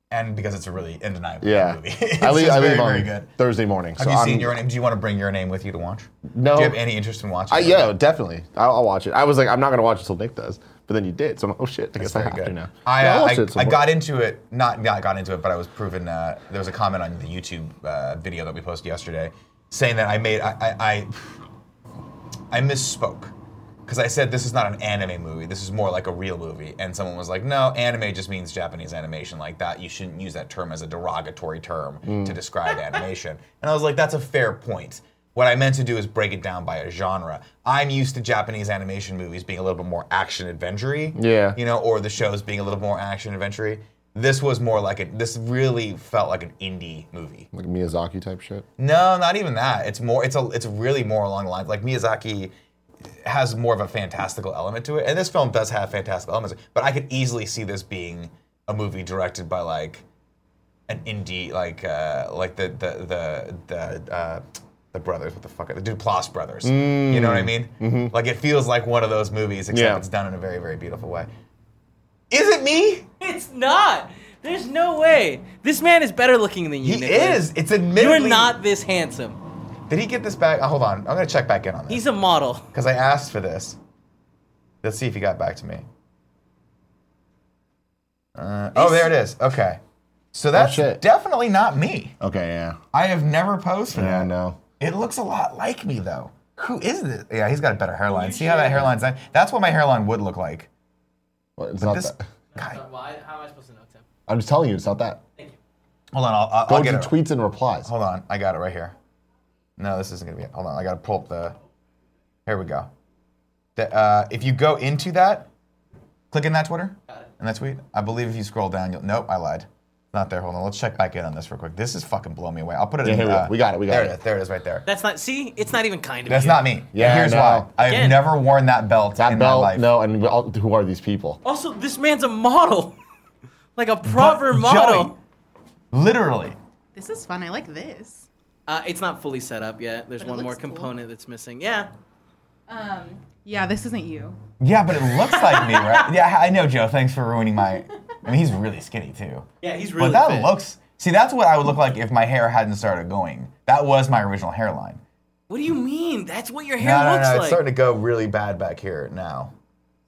A: and because it's a really undeniable
B: Yeah,
A: movie. It's
B: I leave,
A: just
B: I leave
A: very,
B: on
A: very good.
B: Thursday morning.
A: Have
B: so
A: you
B: I'm,
A: seen your name? Do you want to bring your name with you to watch?
B: No.
A: Do you have any interest in watching?
B: I,
A: it?
B: yeah, definitely. I'll, I'll watch it. I was like, I'm not gonna watch it till Nick does, but then you did, so I'm like, oh shit, I
A: It's
B: guess I
A: very
B: have
A: good.
B: to now.
A: I,
B: Yeah,
A: uh,
B: I'll watch
A: I,
B: it some
A: I
B: more.
A: got into it, not, not got into it, but I was proven. Uh, there was a comment on the YouTube uh, video that we posted yesterday saying that I made, I, I, I, I misspoke. Because I said this is not an anime movie, this is more like a real movie. And someone was like, no, anime just means Japanese animation like that. You shouldn't use that term as a derogatory term to describe animation. And I was like, that's a fair point. What I meant to do is break it down by a genre. I'm used to Japanese animation movies being a little bit more action adventure
B: Yeah.
A: you know, or the shows being a little more action adventure. This was more like a. This really felt like an indie movie.
B: like Miyazaki type shit.
A: No, not even that. It's more. It's a. It's really more along the lines like Miyazaki has more of a fantastical element to it, and this film does have fantastical elements. But I could easily see this being a movie directed by like an indie, like uh, like the the the the. Uh, the brothers, what the fuck are the Duplass brothers? You know what I mean? Like it feels like one of those movies, except
B: Yeah.
A: it's done in a very, very beautiful way. Is it me?
C: It's not. There's no way. This man is better looking than you.
A: He
C: Nicholas.
A: is. It's admittedly.
C: You're not this handsome.
A: Did he get this back? Oh, hold on. I'm gonna check back in on this
C: He's a model.
A: because I asked for this. Let's see if he got back to me. Uh, oh, there it is. Okay. So that's
B: Oh, shit.
A: definitely not me.
B: Okay, yeah,
A: I have never posed for
B: yeah,
A: that.
B: no.
A: It looks a lot like me though. Who is this? Yeah, he's got a better hairline. See how that hairline's done? That's what my hairline would look like.
B: Well, it's not
A: This
B: that.
A: guy.
C: how am I supposed to know, Tim?
B: I'm just telling you, it's not that.
A: Hold on, I'll, I'll,
B: Go
A: I'll
B: to
A: get it.
B: tweets and replies.
A: Hold on, I got it right here. No, this isn't gonna be it. Hold on, I gotta pull up the. Here we go. The, uh, if you go into that, click in that Twitter and that tweet. I believe if you scroll down, you'll. Nope, I lied. Not there. Hold on. Let's check back in on this real quick. This is fucking blowing me away. I'll put it
B: Yeah,
A: in.
B: here we go.
A: uh,
B: We got it, we got
A: there
B: it.
A: is. There it is. Right there.
C: That's not. See, it's not even kind of.
A: That's
C: you.
A: not me.
B: Yeah,
A: Here's
B: no.
A: why. I have
C: Again.
A: never worn that belt
B: That
A: in
B: belt,
A: my life.
B: no, and we all- who are these people?
C: Also, this man's a model, like a proper model.
A: Joey. Literally.
F: This is fun. I like this.
C: Uh, it's not fully set up yet. There's
F: But it
C: one more
F: looks cool.
C: component that's missing. Yeah.
F: Um, yeah, this isn't you.
A: Yeah, but it looks like me, right? Yeah, I know, Joe. Thanks for ruining my. I mean, he's really skinny too.
C: Yeah, he's
A: But
C: really.
A: that
C: fit.
A: looks. See, that's what I would look like if my hair hadn't started going. That was my original hairline.
C: What do you mean? That's what your hair looks like.
A: to go really bad back here now.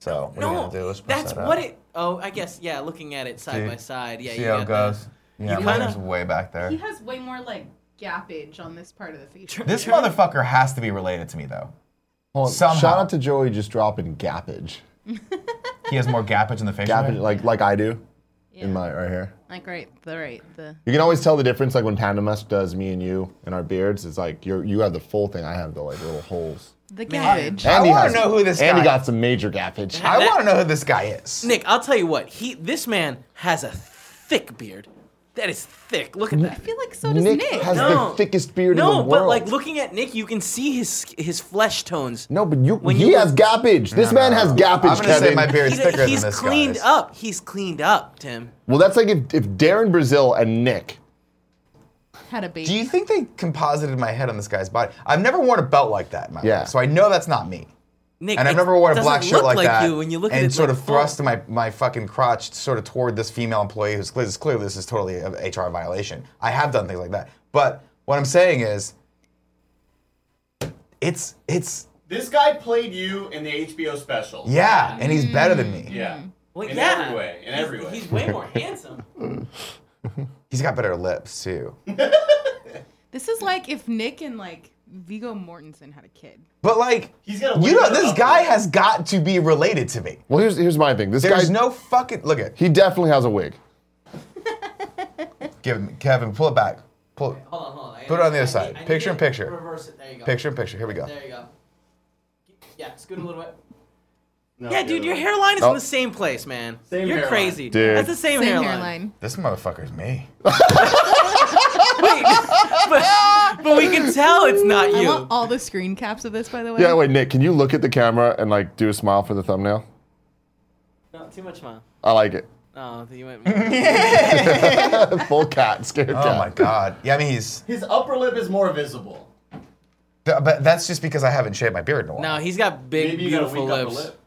A: So what
C: no, that's what it. Oh, I guess. Yeah, looking at it side
A: See?
C: by side. Yeah,
A: See
C: you
A: how it
C: got that.
A: goes. Yeah,
C: You
A: mine
C: kinda-
A: is way back there.
F: He has way more like gapage on this part of the face.
A: This motherfucker has to be related to me though.
B: Hold on,
A: Somehow.
B: Shout out to Joey just dropping gappage,
A: He has more gappage in the face.
B: gappage
A: right?
B: like like I do,
F: Yeah.
B: in my right here.
F: like right, the right, the.
B: You can always tell the difference, like when Panda Musk does me and you and our beards. It's like you you have the full thing, I have the like little holes.
F: The
C: Man.
F: garbage.
A: I wanna
B: has-
A: know who this
B: Andy
A: guy-
B: got some major gappage.
A: I want to know who this guy is.
C: Nick, I'll tell you what. He, this man has a thick beard. That is thick. Look at
F: I
C: that.
F: feel like so does
B: Nick
F: Nick.
B: has
C: No.
B: the thickest beard in the
C: No,
B: world.
C: but like looking at Nick, you can see his his flesh tones.
B: no, but you,
C: when
B: he
C: you-
B: has gappage. This man has gappage,
A: I'm gonna
B: Kevin.
A: say my beard's
C: He's-
A: thicker
C: he's
A: than this
C: cleaned
A: guy's.
C: up. He's cleaned up, Tim.
B: Well, that's like if, if Darren Brazil and Nick.
F: Had a baby.
A: Do you think they composited my head on this guy's body? I've never worn a belt like that in my
B: Yeah.
A: life, so I know that's not me.
C: Nick,
A: And I've
C: it
A: never worn a
C: doesn't
A: black shirt
C: look
A: like, that.
C: You when you look
A: and
C: at it
A: sort
C: like,
A: of thrust my, my fucking crotch sort of toward this female employee who's clear, clearly this is totally a HR violation. I have done things like that. But what I'm saying is it's it's
H: This guy played you in the HBO special.
A: yeah, and he's better than me.
H: Mm. Yeah.
C: oh, Well,
H: in
C: yeah.
H: every way, in
C: he's,
H: every way.
C: He's way more handsome.
A: He's got better lips too.
F: this is like if Nick and like Vigo Mortensen had a kid.
A: But like
H: He's got a
A: you know
H: window
A: this
H: up
A: guy
H: there.
A: has got to be related to me.
B: Well, here's here's my thing. This
A: There's
B: guy's
A: no fucking look at
B: He definitely has a wig.
A: give me Kevin pull it back. Pull it.
C: Hold on, hold on.
A: Put it on the other
C: I need-
A: side.
C: I need
A: Picture
C: to
A: in picture.
C: Reverse it. There you go.
A: Picture in picture. Here we go.
C: There you go. Yeah, scoot a little bit.
H: No,
C: Yeah,
H: the
C: dude,
H: other
C: your
H: way.
C: hairline is
B: Oh.
C: in the same place, man.
H: Same
C: You're
H: hairline.
C: crazy.
B: Dude.
C: That's the same,
F: Same
C: hairline.
F: hairline.
A: This motherfucker's me.
C: Wait, but, but we can tell it's not
F: I
C: you.
F: want all the screen caps of this, by the way.
B: Yeah, wait, Nick, can you look at the camera and like do a smile for the thumbnail?
C: No, too much fun.
B: I like it.
C: Oh, you went.
B: Full cat, scared cat.
A: Oh my god. Yeah, I mean he's
H: His upper lip is more visible.
A: Th- but that's just because I haven't shaved my beard in a while.
C: No, he's got big,
H: Maybe you got a
C: beautiful
H: weak upper
C: lips.
H: lip.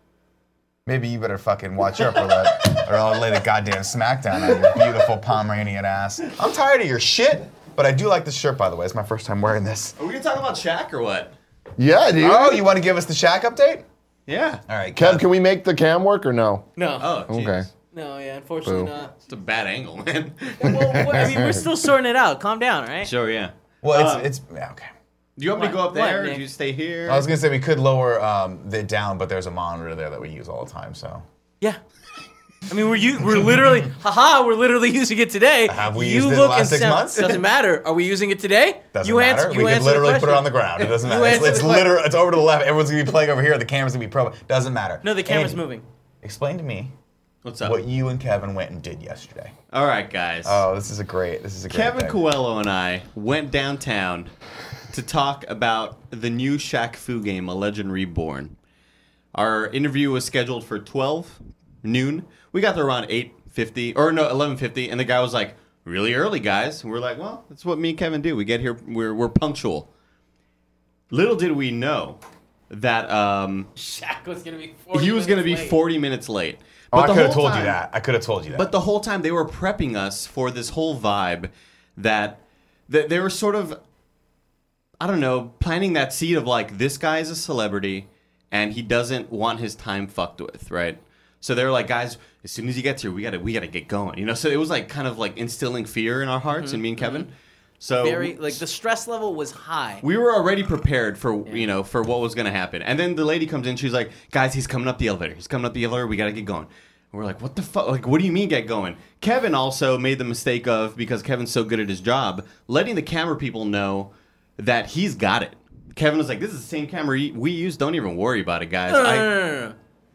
A: Maybe you better fucking watch your upper lip, or I'll lay the goddamn smackdown on your beautiful Pomeranian ass. I'm tired of your shit, but I do like this shirt, by the way. It's my first time wearing this.
H: Are we gonna talk about Shaq or what?
B: Yeah, dude.
A: Oh, you want to give us the Shaq update?
H: Yeah.
A: All right,
B: Kev, can we make the cam work or no?
C: No,
H: Oh. Jesus.
B: Okay.
C: no, yeah, unfortunately
B: Boo.
C: not.
H: It's a bad angle, man.
C: Well, we're- I mean, we're still sorting it out. Calm down, all right?
H: sure. Yeah.
A: Well,
H: Um,
A: it's it's yeah, okay.
H: Do you want me to
C: What-
H: go up there?
C: what,
H: or
C: Nick?
H: do you stay here?
A: I was gonna say we could lower um, it down, but there's a monitor there that we use all the time. So
C: Yeah. I mean, we're you, we're literally, haha, we're literally using it today.
A: Have we
C: you
A: used it in the
C: look
A: last
C: and
A: six
C: sound-
A: months?
C: Doesn't matter. Are we using it today?
A: doesn't
C: you
A: matter.
C: Answer, you
A: we
C: answer
A: could
C: the
A: literally put it
C: question.
A: on the ground. It doesn't
C: You
A: matter. It's,
C: answer
A: it's
C: the question.
A: literally it's over to the left. Everyone's gonna be playing over here. The camera's gonna be pro. Doesn't matter.
C: No, the camera's
A: Andy,
C: moving.
A: Explain to me
H: What's up?
A: what you and Kevin went and did yesterday.
H: All right, guys.
A: Oh, this is a great. This is a great.
H: Kevin
A: thing.
H: Coelho and I went downtown to talk about the new Shaq Fu game, A Legend Reborn. Our interview was scheduled for 12 noon. We got there around 8:50 or no, 11:50 and the guy was like, "Really early, guys." And we're like, "Well, that's what me and Kevin do. We get here we're we're punctual." Little did we know that um,
C: Shaq was gonna be. 40
H: he was going to be
C: minutes late.
H: 40 minutes late.
A: Oh, I
H: the
A: could have
H: whole
A: told you
H: time-
A: that. I could have told you that.
H: but the whole time they were prepping us for this whole vibe that that they were sort of I don't know, planting that seed of like this guy is a celebrity and he doesn't want his time fucked with, right? So they were like, guys, as soon as he gets here, we gotta we gotta get going. You know, so it was like kind of like instilling fear in our hearts and me and Kevin. So
C: Very like the stress level was high.
H: we were already prepared for you know for what was gonna happen, and then the lady comes in. She's like, "Guys, he's coming up the elevator. He's coming up the elevator. We gotta get going." And we're like, "What the fuck? Like, what do you mean get going?" Kevin also made the mistake of because Kevin's so good at his job, letting the camera people know that he's got it. Kevin was like, "This is the same camera y- we use. Don't even worry about it, guys.
C: no, no,
H: I,
C: no, no, no, no.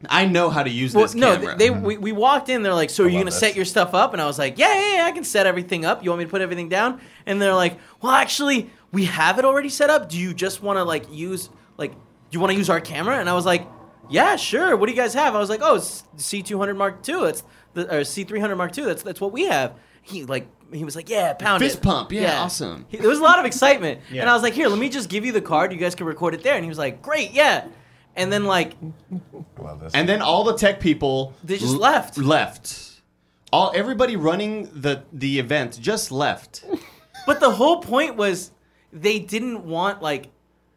H: I know how to use
C: Uh. Well,
H: this
C: no,
H: camera." Mm-hmm.
C: they we, we walked in. They're like, "So are you
A: love
C: gonna
A: this.
C: set your stuff up?" And I was like, "Yeah, yeah, yeah, I can set everything up. You want me to put everything down?" And they're like, "Well, actually, we have it already set up. Do you just want to like use like do you want to use our camera?" And I was like, "Yeah, sure. What do you guys have?" I was like, "Oh, C two hundred Mark II. That's the or C three hundred Mark II. That's that's what we have." He like he was like, "Yeah, pound
H: Fist
C: it."
H: pump. Yeah, awesome.
C: He- there was a lot of excitement,
H: Yeah.
C: and I was like, "Here, let me just give you the card. You guys can record it there." And he was like, "Great, yeah." And then like
A: Love this.
H: And then all the tech people
C: They just left.
H: Left. All everybody running the the event just left.
C: But the whole point was they didn't want like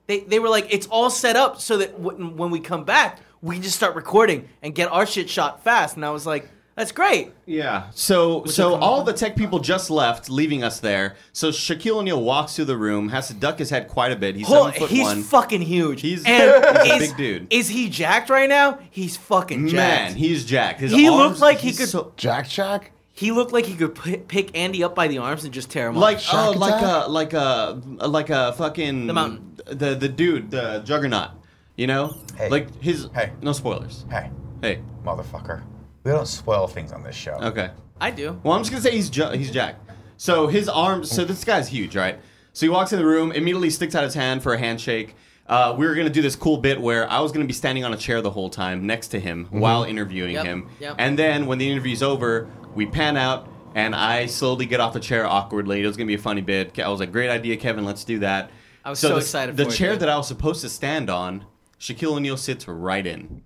C: they they were like it's all set up so that w- when we come back we can just start recording and get our shit shot fast. And I was like, that's great.
H: Yeah. So so
C: it come
H: all
C: up?
H: the tech people just left, leaving us there. So Shaquille O'Neal walks through the room, has to duck his head quite a bit. He's
C: Whole,
H: seven foot
C: he's
H: one.
C: fucking huge.
H: He's-
C: and
H: he's a
C: is-
H: big dude.
C: Is he jacked right now? He's fucking
H: Man,
C: jacked.
H: he's jacked. His
C: He
H: arms-
C: looked like he
H: he's
C: could-
H: so-
B: Jack Jack?
C: he looked like he could p- pick Andy up by the arms and just tear him
H: like
C: off.
H: oh
B: Shark
H: like
B: attack?
H: a like a like a fucking
C: The mountain.
H: the the dude the juggernaut you know
A: Hey.
H: like his
A: Hey.
H: no spoilers
A: hey,
H: hey
A: motherfucker, we don't spoil things on this show.
H: okay
C: I do.
H: Well, I'm just gonna say he's ja- he's Jack. So his arms. So this guy's huge, right? So he walks in the room, immediately sticks out his hand for a handshake. Uh, we were gonna do this cool bit where I was gonna be standing on a chair the whole time next to him while interviewing
C: Yep,
H: him,
C: yep.
H: and then when the interview's over, we pan out and I slowly get off the chair awkwardly. It was gonna be a funny bit. I was like, "Great idea, Kevin. Let's do that."
C: I was so
H: the,
C: excited
H: The
C: for it,
H: chair
C: dude.
H: that I was supposed to stand on, Shaquille O'Neal sits right in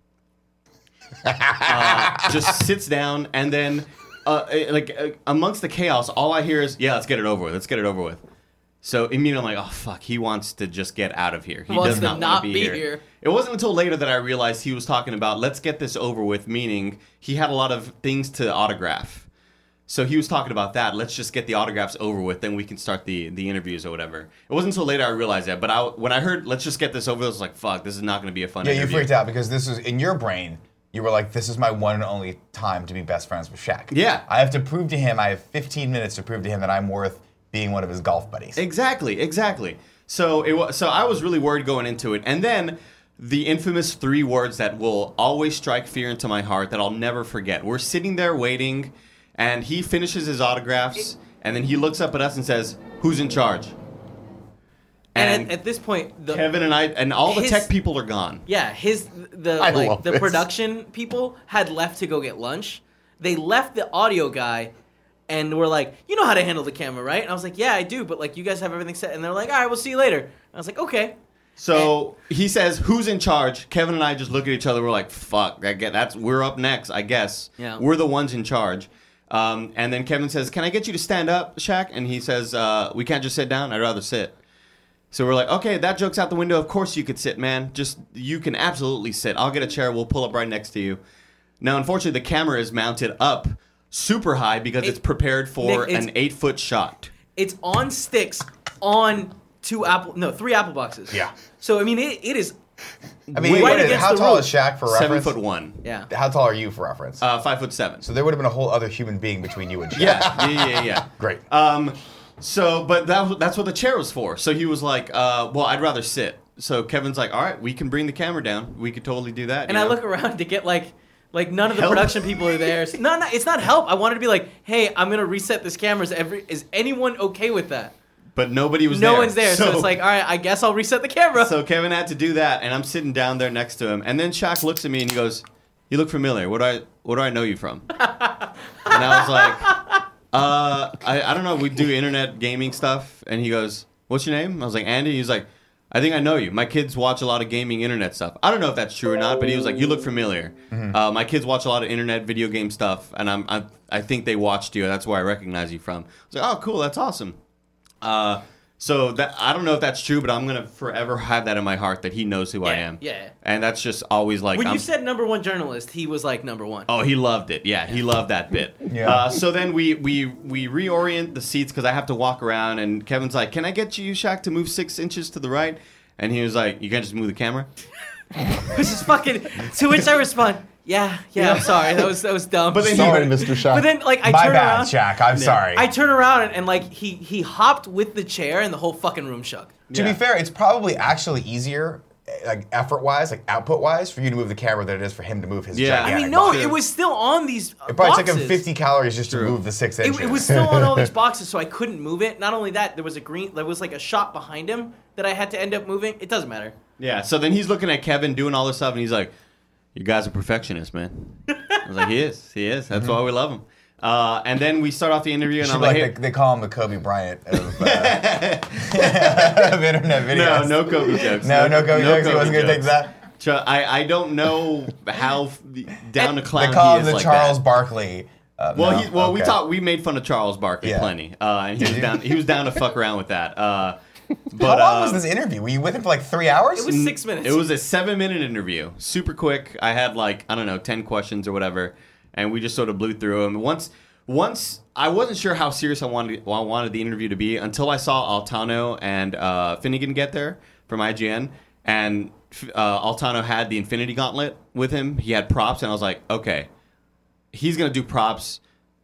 H: Uh, just sits down and then uh, eh, like uh, amongst the chaos all i hear is yeah let's get it over with let's get it over with so immediately i'm like oh fuck he wants to just get out of here he
C: Wants
H: does
C: to
H: not,
C: not
H: want to be,
C: be
H: here.
C: here.
H: it wasn't until later that i realized he was talking about let's get this over with meaning he had a lot of things to autograph so he was talking about that let's just get the autographs over with then we can start the the interviews or whatever it wasn't until later i realized that but i when i heard let's just get this over with i was like fuck this is not going to be a fun
A: Yeah, you
H: interview.
A: freaked out because this is in your brain. You were like, "This is my one and only time to be best friends with Shaq."
H: Yeah.
A: I have to prove to him. I have 15 minutes to prove to him that I'm worth being one of his golf buddies.
H: Exactly, exactly. So it was. So I was really worried going into it, and then the infamous three words that will always strike fear into my heart that I'll never forget. We're sitting there waiting, and he finishes his autographs, and then he looks up at us and says, "Who's in charge?"
C: And,
H: And,
C: at, at this point, the,
H: Kevin and I and all the
C: his-
H: tech people are gone.
C: Yeah, his the
B: I
C: like
B: love
C: the
B: this.
C: production people had left to go get lunch. They left the audio guy and were like, "You know how to handle the camera, right?" And I was like, "Yeah, I do, but like you guys have everything set." And they're like, "All right, we'll see you later." And I was like, "Okay."
H: So he says, "Who's in charge?" Kevin and I just look at each other. We're like, "Fuck, I get that's we're up next, I guess."
C: Yeah.
H: we're the ones in charge. Um, and then Kevin says, "Can I get you to stand up, Shaq?" And he says, uh, "We can't just sit down. I'd rather sit." So we're like, "Okay, that joke's out the window. Of course you could sit, man. Just you can absolutely sit. I'll get a chair. We'll pull up right next to you." Now, unfortunately, the camera is mounted up super high because
C: It-
H: it's prepared for
C: Nick, it's-
H: an eight-foot shot.
C: It's on sticks on two apple no, three apple boxes.
A: Yeah.
C: So I mean, it, it is
A: I mean,
C: Right
A: what is-
C: against
A: how
C: the
A: tall
C: roof.
A: is Shaq for
H: Seven
A: reference?
H: foot one,
C: yeah.
A: How tall are you for reference?
H: uh, five foot seven.
A: so there would have been a whole other human being between you and Shaq.
H: yeah, yeah, yeah, yeah.
A: Great.
H: Um, so, but that was- that's what the chair was for. So he was like, uh, "Well, I'd rather sit." So Kevin's like, "All right, we can bring the camera down. We could totally do that."
C: And
H: you
C: I
H: know?
C: look around to get like like none of the
H: Help.
C: production people are there. no, no, it's not help. I wanted to be like, "Hey, I'm going to reset this camera. Is every is anyone okay with that?"
H: but nobody was.
C: no
H: there.
C: one's there, so, it's like, all right, I guess I'll reset the camera.
H: so Kevin had to do that, and I'm sitting down there next to him, and then Shaq looks at me and he goes, "You look familiar. What do I what do I know you from?" and I was like, "Uh, I, I don't know. We do internet gaming stuff." And he goes, "What's your name?" I was like, "Andy." He's like, "I think I know you. My kids watch a lot of gaming internet stuff. I don't know if that's true or not, but he was like, "You look familiar. Uh, my kids watch a lot of internet video game stuff, and I'm, i I think they watched you. That's where I recognize you from." I was like, "Oh, cool. That's awesome." Uh, so that I don't know if that's true, but I'm gonna forever have that in my heart that he knows who I
C: Yeah,
H: am.
C: yeah.
H: And that's just always like
C: when
H: I'm-
C: you said number one journalist, he was like number one.
H: Oh, he loved it. Yeah, he loved that bit.
A: Yeah.
H: Uh, so then we we we reorient the seats because I have to walk around, and Kevin's like, "Can I get you, Shaq, to move six inches to the right?" And he was like, "You can't just move the camera."
C: Which is fucking. to which I respond, yeah, yeah, I'm sorry, that was that was dumb. But
H: then he-
B: Sorry, Mr. Shaq.
C: but then like I
A: My
C: turn
A: bad,
C: around,
A: Shaq. I'm sorry.
C: I turn around and, and like he he hopped with the chair and the whole fucking room shook.
A: to
H: Yeah.
A: be fair, it's probably actually easier, eh, like effort-wise, like output-wise, for you to move the camera than it is for him to move his.
H: Yeah.
A: gigantic
C: I mean, no,
A: box.
C: it was still on these. uh,
A: It probably took him
C: boxes.
A: 50 calories just to move the six
C: It,
A: inches.
C: it was still on all these boxes, so I couldn't move it. Not only that, there was a green. There was like a shot behind him that I had to end up moving. It doesn't matter.
H: Yeah. So then he's looking at Kevin doing all this stuff, and he's like, "You guys are perfectionists, man." I was like, "He is. He is.
A: Mm-hmm.
H: That's why we love him." Uh, and then we start off the interview, and
A: Should
H: I'm
A: be
H: like,
A: like
H: "Hey,
A: the- they call him the Kobe Bryant of, uh, of internet
H: No,
A: videos.
H: no Kobe jokes.
A: no, no Kobe jokes. he
H: Kobe
A: wasn't gonna take
H: jokes.
A: that.
H: Tr- I, I don't know how f- the- down to clown
A: They call
H: he
A: him
H: is
A: the
H: like
A: Charles
H: that.
A: Barkley. Uh,
H: Well,
A: no,
H: he, well, we
A: okay.
H: thought we made fun of Charles Barkley
A: Yeah.
H: plenty, uh, and he was
A: you?
H: down. He was down to fuck around with that. Uh,
A: How
H: but,
A: long was
H: um,
A: this interview? Were you with him for like three hours?
C: It was six minutes.
H: It was a seven-minute interview, super quick. I had like I don't know, ten questions or whatever, and we just sort of blew through them. Once, once I wasn't sure how serious I wanted I wanted the interview to be until I saw Altano and uh, Finnegan get there from IGN, and uh, Altano had the Infinity Gauntlet with him. He had props, and I was like, okay, he's gonna do props.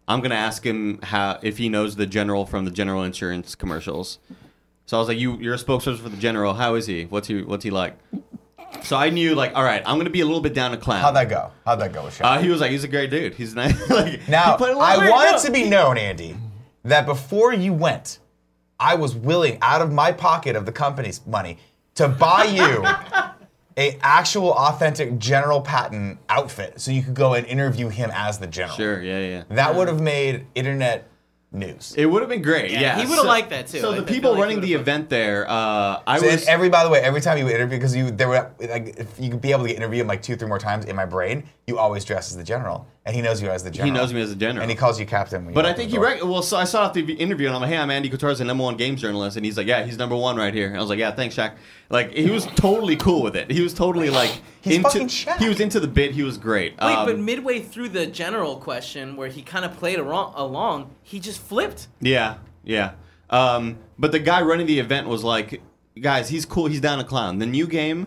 H: I'm gonna ask him how if he knows the general from the General Insurance commercials. So I was like, "You, you're a spokesperson for the general. How is he? What's he? What's he like?" So I knew, like, all right, I'm gonna be a little bit down to clown.
A: How'd that go? How'd that go with Shaq?
H: Uh, he was like, "He's a great dude. He's nice." like,
A: now,
H: he played a lot
A: I
H: of-
A: want it to be known, Andy, that before you went, I was willing out of my pocket of the company's money to buy you a actual authentic General Patton outfit so you could go and interview him as the general.
H: Sure, yeah, yeah.
A: That would have made internet news.
H: It would have been great. Yeah,
C: he would've
H: So-
C: liked that, too.
H: So
C: I- I
H: the
C: feel
H: people
C: like he
H: running the
C: would've-
H: event there, uh, I
A: So, and
H: was
A: every by the way, every time you interview, because you there were like if you could be able to get interviewed like two, three more times in my brain, you always dress as the general, and he knows you as the general.
H: he knows me as a general.
A: and he calls you captain. when you
H: But I
A: open
H: think
A: the
H: he
A: door.
H: rec- well, so I saw off the interview and I'm like, hey, I'm Andy Cotarza, number one games journalist, and he's like, yeah, he's number one right here. And I was like, yeah, thanks, Shaq. Like he was totally cool with it. He was totally like
A: He's
H: into.
A: fucking Shaq.
H: He was into the bit. He was great.
C: Wait,
H: Um,
C: but midway through the general question, where he kind of played aro- along, he just flipped.
H: yeah, yeah. Um, but the guy running the event was like, guys, he's cool. He's down to clown. The new game,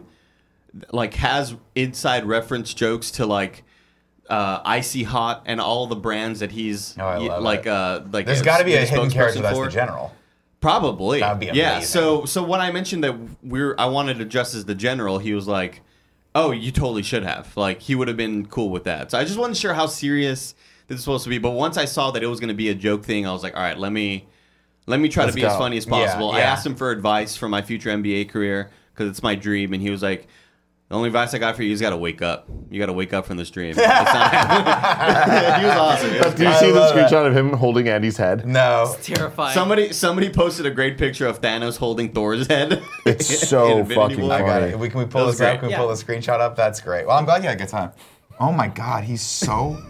H: like, has inside reference jokes to like. Uh, icy hot and all the brands that he's
A: Oh, I love
H: like
A: it.
H: uh like
A: There's got to be a hidden
H: spokesperson
A: character that's
H: for.
A: the general.
H: Probably.
A: That would be
H: Yeah.
A: amazing.
H: So so when I mentioned that we're I wanted to dress as the general, he was like, "Oh, you totally should have." Like he would have been cool with that. So I just wasn't sure how serious this was supposed to be. But once I saw that it was going to be a joke thing, I was like, "All right, let me let me try
B: Let's
H: to be
B: go."
H: as funny as
A: Yeah,
H: possible." I
A: yeah.
H: asked him for advice for my future NBA career because it's my dream, and he was like. The only advice I got for you is got to wake up. You got to wake up from this dream. It's not happening. he was awesome. It was
B: Do you
A: I
B: see the
A: love
B: screenshot
A: that.
B: of him holding Andy's head?
A: No,
C: Terrified.
H: Somebody somebody posted a great picture of Thanos holding Thor's head.
B: It's so
H: Infinity
B: fucking
H: War.
A: I got
B: funny.
A: it. We, can we pull
H: was
A: this up?
H: great.
A: Can we
C: Yeah.
A: pull the screenshot up? That's great. Well, I'm glad you had a good time. Oh my God, he's so.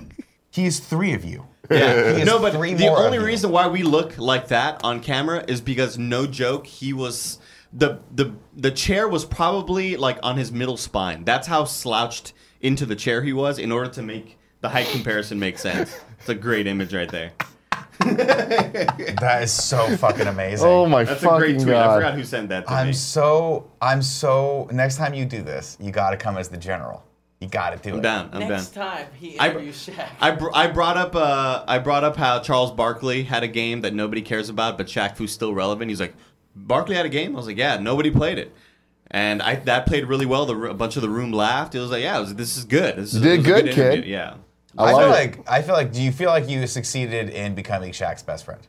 A: he is three of you.
H: Yeah.
A: He is
H: no, but
A: three
H: the
A: more of
H: only
A: you.
H: reason why we look like that on camera is because no joke, he was the the the chair was probably like on his middle spine. That's how slouched into the chair he was in order to make the height comparison make sense. It's a great image right there.
A: That is so fucking amazing.
B: Oh my
H: That's a
B: fucking
H: great tweet. I
B: god!
H: forgot who sent that to me.
A: I'm so. I'm so. Next time you do this, you got to come as the general. You got to do it.
H: I'm down. I'm down.
C: Next time he
H: I-
C: interviews Shaq.
H: I, br- I brought up uh, I brought up how Charles Barkley had a game that nobody cares about, but Shaq Fu's still relevant. He's like, Barkley had a game. I was like, yeah, nobody played it, and I that played really well. The r- a bunch of the room laughed. It was like, yeah, it was, this is good. This is,
B: Did
H: it was a
B: good,
H: interview."
B: kid.
H: Yeah.
A: I,
B: love
A: feel
B: it.
A: like I feel like. Do you feel like you succeeded in becoming Shaq's best friend?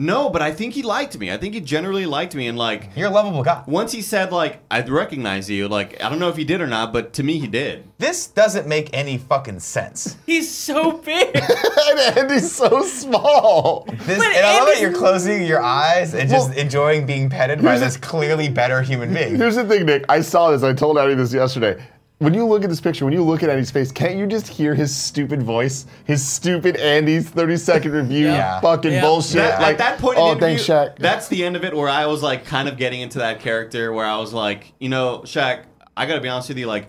H: No, but I think he liked me. I think he generally liked me, and like
A: You're a lovable guy.
H: once he said like I recognize you, like I don't know if he did or not, but to me he did.
A: This doesn't make any fucking sense.
C: He's so big.
B: and Andy's so small.
A: This, and I love that
C: Andy's-
A: you're closing your eyes and just
B: Well,
A: enjoying being petted by
B: here's the-
A: this clearly better human being.
B: Here's the thing, Nick. I saw this. I told Andy this yesterday. When you look at this picture, when you look at Andy's face, can't you just hear his stupid voice, his stupid Andy's 30 second review,
A: Yeah.
B: fucking
C: Yeah.
B: bullshit?
H: That, at that point, in
B: oh,
H: the interview,
B: thanks, Shaq.
H: That's the end of it, where I was like, kind of getting into that character, where I was like, you know, Shaq, I gotta be honest with you, like,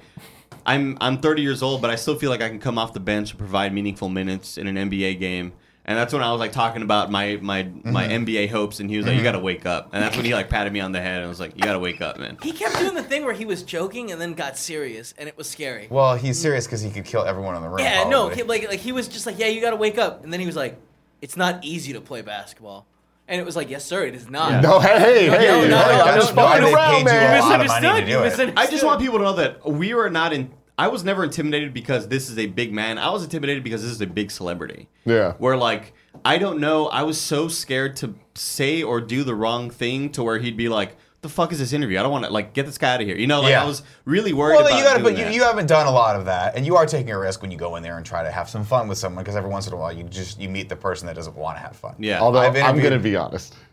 H: I'm I'm 30 years old, but I still feel like I can come off the bench and provide meaningful minutes in an NBA game. And that's when I was like talking about my my my
B: Mm-hmm.
H: NBA hopes, and he was like, "You gotta wake up." And that's when he like patted me on the head and was like, "You gotta wake up, man."
C: he kept doing the thing where he was joking and then got serious, and it was scary.
A: Well, he's serious because he could kill everyone in the room.
C: yeah, no,
A: probably.
C: he, like like he was just like, yeah, you gotta wake up, and then he was like, it's not easy to play basketball, and it was like, yes, sir, it is not.
B: No, hey, hey,
C: No,
B: hey.
C: no, no,
B: hey,
C: no,
B: I'm
C: no,
B: just
C: no,
B: fucking
C: no,
B: around,
A: no,
B: man.
A: no, no. lot
C: You
A: of money to
C: misunderstood.
A: do
C: You
A: it.
C: misunderstood.
H: I just want people to know that we were not in. I was never intimidated because this is a big man. I was intimidated because this is a big celebrity.
B: Yeah.
H: Where like I don't know, I was so scared to say or do the wrong thing to where he'd be like, "The fuck is this interview? I don't want to like get this guy out of here." You know, like
A: Yeah.
H: I was really worried.
A: Well,
H: about
A: you gotta,
H: doing
A: but you,
H: that.
A: you haven't done a lot of that, and you are taking a risk when you go in there and try to have some fun with someone because every once in a while you just you meet the person that doesn't want to have fun.
H: yeah.
B: Although,
A: I've
B: I'm going to
A: interviewed-
B: be honest.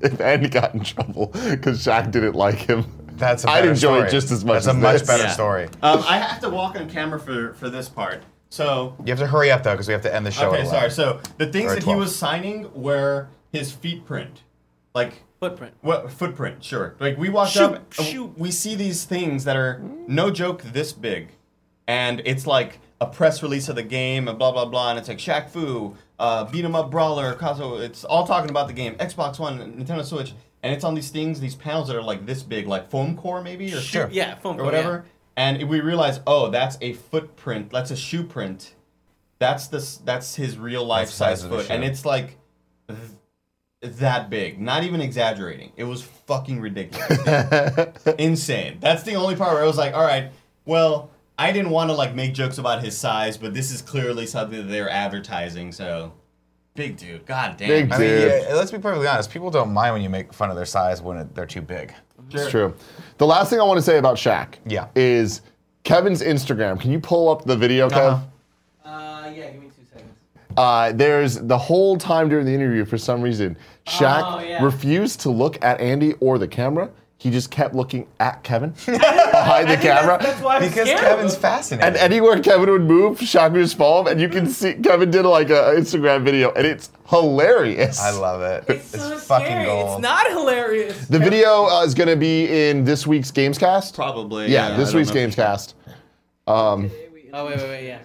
B: If Andy got in trouble because Shaq didn't like him,
A: that's a
B: I'd
A: better
B: enjoy it
A: story.
B: just as much
A: That's
B: as
A: a much
B: this.
A: better story.
H: Um, I have to walk on camera for for this part. So
A: You have to hurry up though because we have to end the show.
H: okay,
A: at
H: sorry.
A: 11.
H: So the things
A: Or
H: that he
A: 12.
H: was signing were his feet print, like
C: footprint.
H: What footprint? Sure. Like we walked
C: Shoop,
H: up, and
C: shoop.
H: we see these things that are no joke this big, and it's like a press release of the game and blah blah blah, and it's like Shaq Fu, uh, beat 'em up brawler, Kazo. It's all talking about the game, Xbox One, Nintendo Switch, and it's on these things, these panels that are like this big, like foam core maybe or
A: Sure.
H: shoe-
C: Yeah, foam
H: or
C: core,
H: whatever. And we realize, oh, that's a footprint. That's a shoe print. That's this. That's his real life
A: That's the size
H: size
A: of the
H: foot,
A: shoe.
H: and it's like that big. Not even exaggerating. It was fucking ridiculous. Insane. That's the only part where I was like, all right, well, I didn't want to like make jokes about his size, but this is clearly something that they're advertising, so Big dude. God damn.
B: Big
A: I mean,
B: dude.
A: yeah, let's be perfectly honest. People don't mind when you make fun of their size when it, they're too big.
B: It's true. The last thing I want to say about Shaq
A: Yeah.
B: is Kevin's Instagram. Can you pull up the video, Kev?
A: Uh-huh.
E: Uh, yeah, give me two seconds.
B: Uh, there's the whole time during the interview, for some reason, Shaq
E: Oh, yeah.
B: refused to look at Andy or the camera. He just kept looking at Kevin behind the camera.
E: That's why I'm
A: Because
E: scared.
A: Kevin's fascinating.
B: and anywhere Kevin would move, Shaq would just follow him. And you can see Kevin did like an Instagram video, and it's hilarious.
A: I love it.
E: It's, so scary. It's not hilarious.
B: The video uh, is going to be in this week's Gamescast.
H: Probably. uh,
B: Yeah,
H: I
B: this
H: don't
B: week's
H: know.
B: Gamescast. Um,
E: Oh wait, wait, wait, yeah.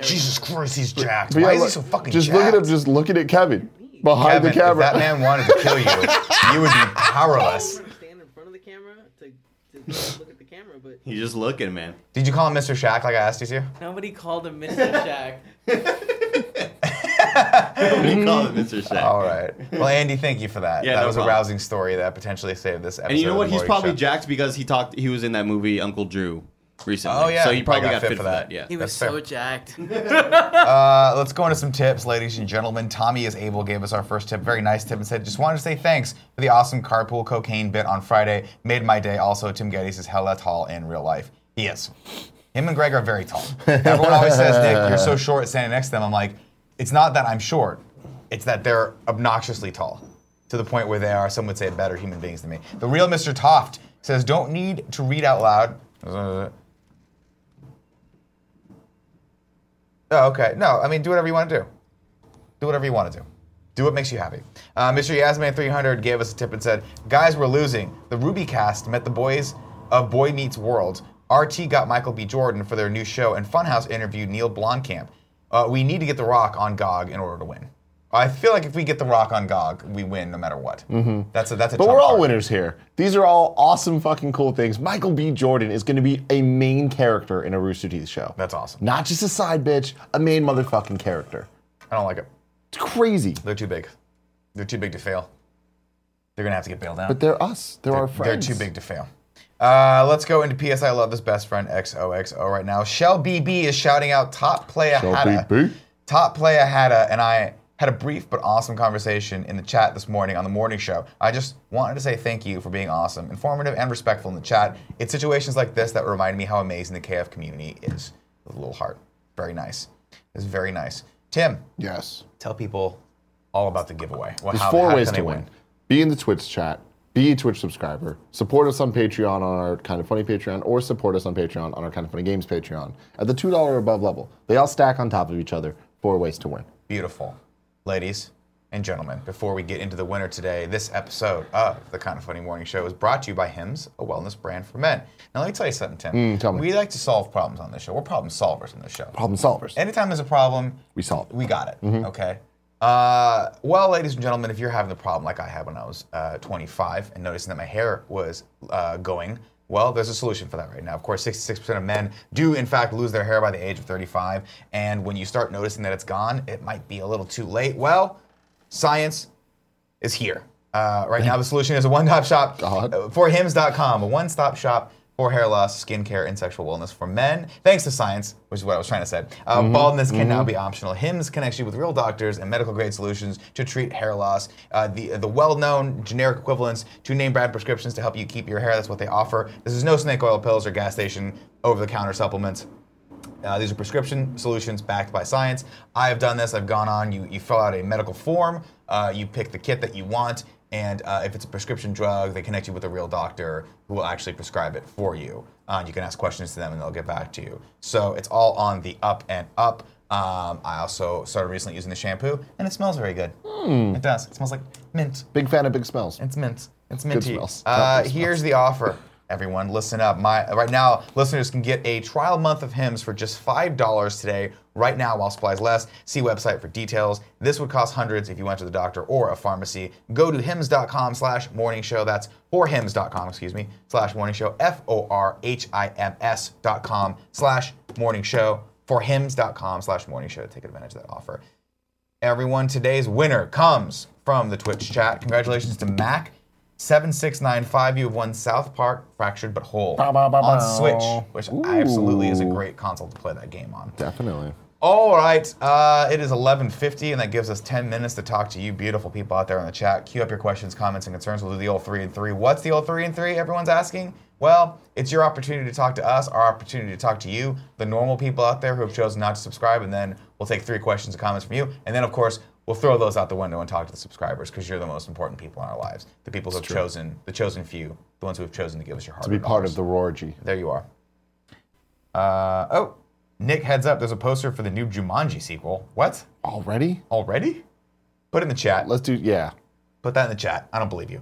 A: Jesus Christ, he's jacked.
B: but
A: Why
B: yeah,
A: is he
B: look-
A: so fucking
B: just
A: jacked?
B: look at him, just looking at Kevin behind
A: Kevin,
B: the camera.
A: If that man wanted to kill you, you would be powerless.
E: stand in front of the camera to, to look at the camera, but
H: He's just looking, man.
A: Did you call him Mr. Shaq like I asked you to?
E: nobody called him Mr. Shaq.
H: What do you call it, Mr. Shaq?
A: All right. Well, Andy, thank you for that.
H: Yeah,
A: that
H: no
A: was
H: problem.
A: a rousing story that potentially saved this episode.
H: And you know
A: of
H: what?
A: the
H: He's
A: Morning
H: probably
A: Show.
H: jacked because he talked. He was in that movie Uncle Drew recently.
A: Oh, yeah,
H: So he probably got, fit for that.
E: He
H: Yeah.
E: was
A: That's
E: so
A: fair.
E: jacked.
A: Uh, let's go into some tips, ladies and gentlemen. Tommy is able gave us our first tip, very nice tip, and said, "Just wanted to say thanks for the awesome carpool cocaine bit on Friday. Made my day. Also, Tim Geddes is hella tall in real life. He is. Him and Greg are very tall. Everyone always says, Nick, you're so short standing next to them. I'm like, it's not that I'm short. It's that they're obnoxiously tall to the point where they are, some would say, better human beings than me. The real Mr. Toft says, don't need to read out loud. Uh, Oh, okay. No, I mean, do whatever you want to do. Do whatever you want to do. Do what makes you happy. Uh, Mr. Yasman300 gave us a tip and said, Guys, we're losing. The Ruby cast met the boys of Boy Meets World. RT got Michael B. Jordan for their new show, and Funhouse interviewed Neil Blomkamp. Uh, we need to get The Rock on GOG in order to win. I feel like if we get The Rock on GOG, we win no matter what. Mm-hmm. That's a, that's a
B: But
A: trump
B: we're all
A: card.
B: winners here. These are all awesome, fucking cool things. Michael B. Jordan is going to be a main character in a Rooster Teeth show.
A: That's awesome.
B: Not just a side bitch, a main motherfucking character.
A: I don't like it.
B: It's crazy.
A: They're too big. They're too big to fail. They're going to have to get bailed out.
B: But they're us. They're, our
A: They're
B: friends.
A: too big to fail. Uh, let's go into PS. I love this best friend XOXO right now. Shell BB is shouting out top player
B: Shell
A: Hada.
B: BB.
A: Top player Hada and I had a brief but awesome conversation in the chat this morning on the morning show. I just wanted to say thank you for being awesome, informative, and respectful in the chat. It's situations like this that remind me how amazing the KF community is. With a little heart. Very nice. It's very nice. Tim,
B: Yes.
A: tell people all about the giveaway. Well,
B: There's
A: how-
B: four
A: how
B: ways
A: can they
B: to win. Be in the Twitch chat. Be a Twitch subscriber. Support us on Patreon on our Kind of Funny Patreon, or support us on Patreon on our Kind of Funny Games Patreon at the two dollar above level. They all stack on top of each other. Four ways to win.
A: beautiful. Ladies and gentlemen, before we get into the winner today, this episode of the Kind of Funny Morning Show is brought to you by Hims, a wellness brand for men. Now, let me tell you something, Tim.
B: Mm, tell me.
A: We like to solve problems on this show. We're problem solvers on this show.
B: Problem solvers.
A: Anytime there's a problem,
B: we solve. it.
A: we got it. Okay. Uh, well, ladies and gentlemen, if you're having the problem like I had when I was uh, 25 and noticing that my hair was uh, going, well, there's a solution for that right now. Of course, 66% of men do, in fact, lose their hair by the age of 35. And when you start noticing that it's gone, it might be a little too late. Well, science is here. Uh, right now, the solution is a one stop shop
B: God.
A: uh, for hims.com, a one stop shop for hair loss, skincare, and sexual wellness for men, thanks to science, which is what I was trying to say. Uh, Baldness can now be optional. Hims connects you with real doctors and medical grade solutions to treat hair loss. Uh, the the well known generic equivalents to name brand prescriptions to help you keep your hair. That's what they offer. This is no snake oil pills or gas station over the counter supplements. Uh, these are prescription solutions backed by science. I have done this. I've gone on. You, you fill out a medical form. Uh, you pick the kit that you want, and uh, if it's a prescription drug, they connect you with a real doctor who will actually prescribe it for you. Uh, you can ask questions to them, and they'll get back to you. So it's all on the up and up. Um, I also started recently using the shampoo, and it smells very good. It does. It smells like mint.
B: Big fan of big smells.
A: It's mint. It's minty.
B: smells. Not
A: Uh,
B: good
A: here's the offer, everyone. Listen up. My right now, listeners can get a trial month of Hims for just five dollars today. Right now, while supplies last. See website for details. This would cost hundreds if you went to the doctor or a pharmacy. Go to hims.com slash morning show. That's or hims.com, excuse me, slash morning show. F O R H I M S dot com slash morning show. For hims.com slash morning show. Take advantage of that offer everyone. Today's winner comes from the Twitch chat. Congratulations to Mac. 7695, you have won South Park Fractured But Whole
B: ba, ba,
A: on
B: ba.
A: Switch, which absolutely is a
B: Ooh.
A: great console to play that game on.
B: Definitely.
A: All right, uh, it is 11:50, and that gives us 10 minutes to talk to you, beautiful people out there in the chat. Queue up your questions, comments, and concerns. We'll do the old three and three. What's the old three and three? Everyone's asking. Well, it's your opportunity to talk to us, our opportunity to talk to you, the normal people out there who have chosen not to subscribe, and then we'll take three questions and comments from you, and then of course we'll throw those out the window and talk to the subscribers because you're the most important people in our lives, the people who have chosen, the chosen few, the ones who have chosen to give us your heart.
B: to be part of the Roargy.
A: There you are. Uh, oh, Nick heads up. There's a poster for the new Jumanji sequel. What?
B: Already?
A: Already? Put it in the chat.
B: Let's do yeah.
A: Put that in the chat. I don't believe you.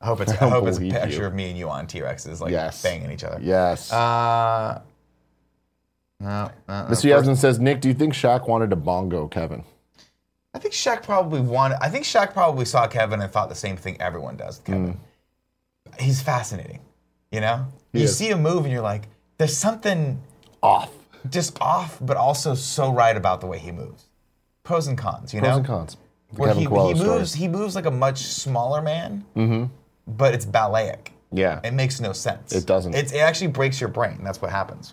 A: I hope it's I,
B: don't
A: hope it's a
B: believe
A: picture
B: you.
A: of me and you on T Rexes like
B: Yes.
A: banging each other.
B: Yes.
A: Uh, no, no, no.
B: Mr. Yasmin says, Nick, do you think Shaq wanted a bongo, Kevin?
A: I think Shaq probably wanted. I think Shaq probably saw Kevin and thought the same thing everyone does. with Kevin, he's fascinating. You know, you
B: Mm. is.
A: see a move and you're like, there's something
B: Off.
A: just off, but also so right about the way he moves. Pros and cons, you
B: Pros
A: know.
B: and cons. The
A: Where
B: Kevin
A: he,
B: Coelho
A: he
B: story. Mm-hmm.
A: moves, he moves like a much smaller man, but it's balletic.
B: Yeah.
A: It makes no sense.
B: It doesn't.
A: It's, it actually breaks your brain. That's what happens.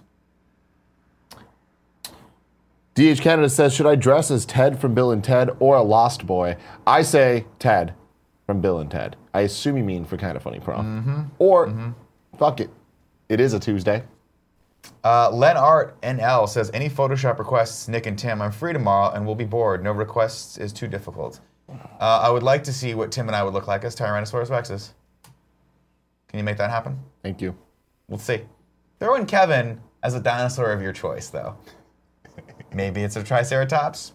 B: DH Canada says, should I dress as Ted from Bill and Ted or a Lost Boy? I say Ted from Bill and Ted. I assume you mean for kind of funny prom.
A: Mm-hmm.
B: Or fuck it, it is a Tuesday.
A: Uh, Len Art NL says any Photoshop requests, Nick and Tim, I'm free tomorrow and we'll be bored. No requests is too difficult. Uh, I would like to see what Tim and I would look like as Tyrannosaurus Rexes. Can you make that happen?
B: Thank you.
A: We'll see. Throw in Kevin as a dinosaur of your choice, though. maybe it's a Triceratops.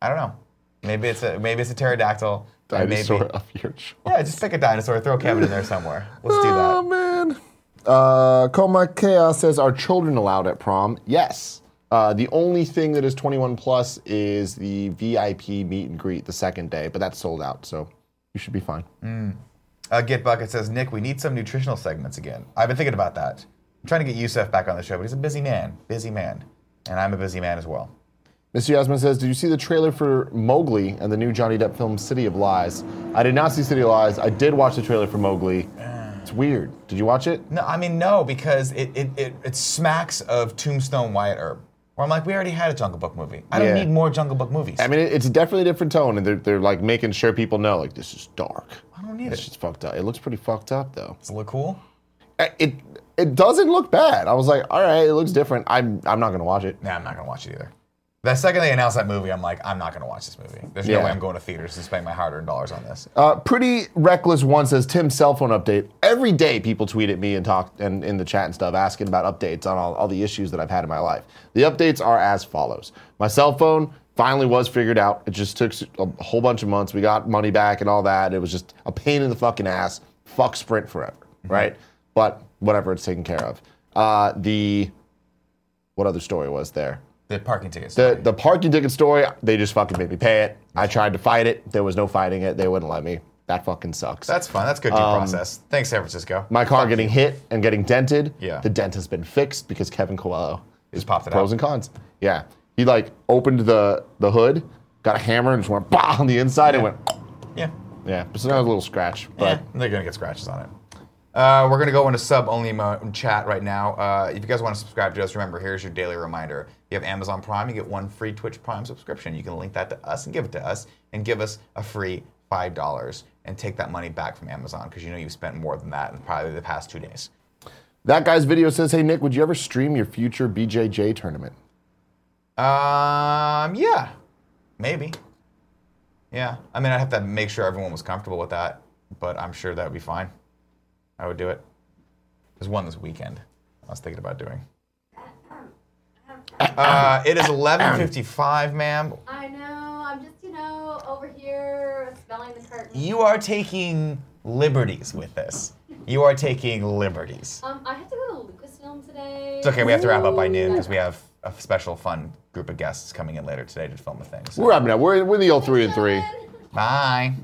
A: I don't know. Maybe it's a maybe it's a pterodactyl. and
B: Dinosaur
A: Maybe,
B: of your choice.
A: yeah, just pick a dinosaur. Throw Kevin in there somewhere. Let's do
B: Oh
A: that.
B: man. Uh, Coma Chaos says, "Are children allowed at prom?" Yes. Uh, the only thing that is 21 plus is the VIP meet and greet the second day, but that's sold out, so you should be fine.
A: Uh, Get Bucket says, Nick, we need some nutritional segments again. I've been thinking about that. I'm trying to get Yusef back on the show, but he's a busy man. Busy man, and I'm a busy man as well.
B: Mr. Yasmin says, "Did you see the trailer for Mowgli and the new Johnny Depp film City of Lies?" I did not see City of Lies. I did watch the trailer for Mowgli. It's weird. Did you watch it?
A: No, I mean no, because it it, it, it smacks of Tombstone Wyatt Earp. Where I'm like, we already had a Jungle Book movie. I don't
B: Yeah.
A: need more Jungle Book movies.
B: I mean, it- it's definitely a different tone, and they're, they're like making sure people know, like this is dark.
A: I don't need
B: This
A: it.
B: shit's fucked up. It looks pretty fucked up though.
A: Does it look cool?
B: I- Uh, it it doesn't look bad. I was like, all right, it looks different. I'm I'm not gonna watch it.
A: Nah, I'm not gonna watch it either. The second they announced that movie, I'm like, I'm not gonna watch this movie. There's no
B: Yeah.
A: way I'm going to theaters and spending my hard-earned dollars on this.
B: Uh, pretty reckless one says Tim's cell phone update. Every day people tweet at me and talk and in the chat and stuff asking about updates on all, all the issues that I've had in my life. The updates are as follows. My cell phone finally was figured out. It just took s- a whole bunch of months. We got money back and all that. It was just a pain in the fucking ass. Fuck Sprint forever, right? But whatever, it's taken care of. Uh, the what other story was there?
A: The parking tickets.
B: The the parking ticket story, they just fucking made me pay it. I tried to fight it. There was no fighting it. They wouldn't let me. That fucking sucks.
A: That's fine. That's good due
B: um,
A: process. Thanks, San Francisco.
B: My car getting hit and getting dented.
A: Yeah.
B: The dent has been fixed because Kevin Coelho is
A: Just popped it
B: pros
A: out.
B: and cons. Yeah. He like opened the the hood, got a hammer and just went bah on the inside and went
A: yeah.
B: yeah. So now a little scratch, but
A: Eh, they're gonna get scratches on it. Uh, we're gonna go into sub only mo- chat right now. Uh, if you guys want to subscribe to us, remember here's your daily reminder. If you have Amazon Prime, you get one free Twitch Prime subscription. You can link that to us and give it to us, and give us a free five dollars and take that money back from Amazon because you know you've spent more than that in probably the past two days.
B: that guy's video says, "Hey Nick, would you ever stream your future BJJ tournament?"
A: Um, yeah, maybe. Yeah, I mean, I'd have to make sure everyone was comfortable with that, but I'm sure that would be fine. I would do it. There's one this weekend. I was thinking about doing. Uh, it is 11:55, ma'am.
I: I know. I'm just, you know, over here smelling the curtain.
A: You are taking liberties with this. You are taking liberties.
I: Um, I have to go to Lucasfilm today.
A: It's okay. We have to wrap up by noon because we have a special fun group of guests coming in later today to film a thing. So.
B: We're up now. We're we're the old three and three.
A: Bye.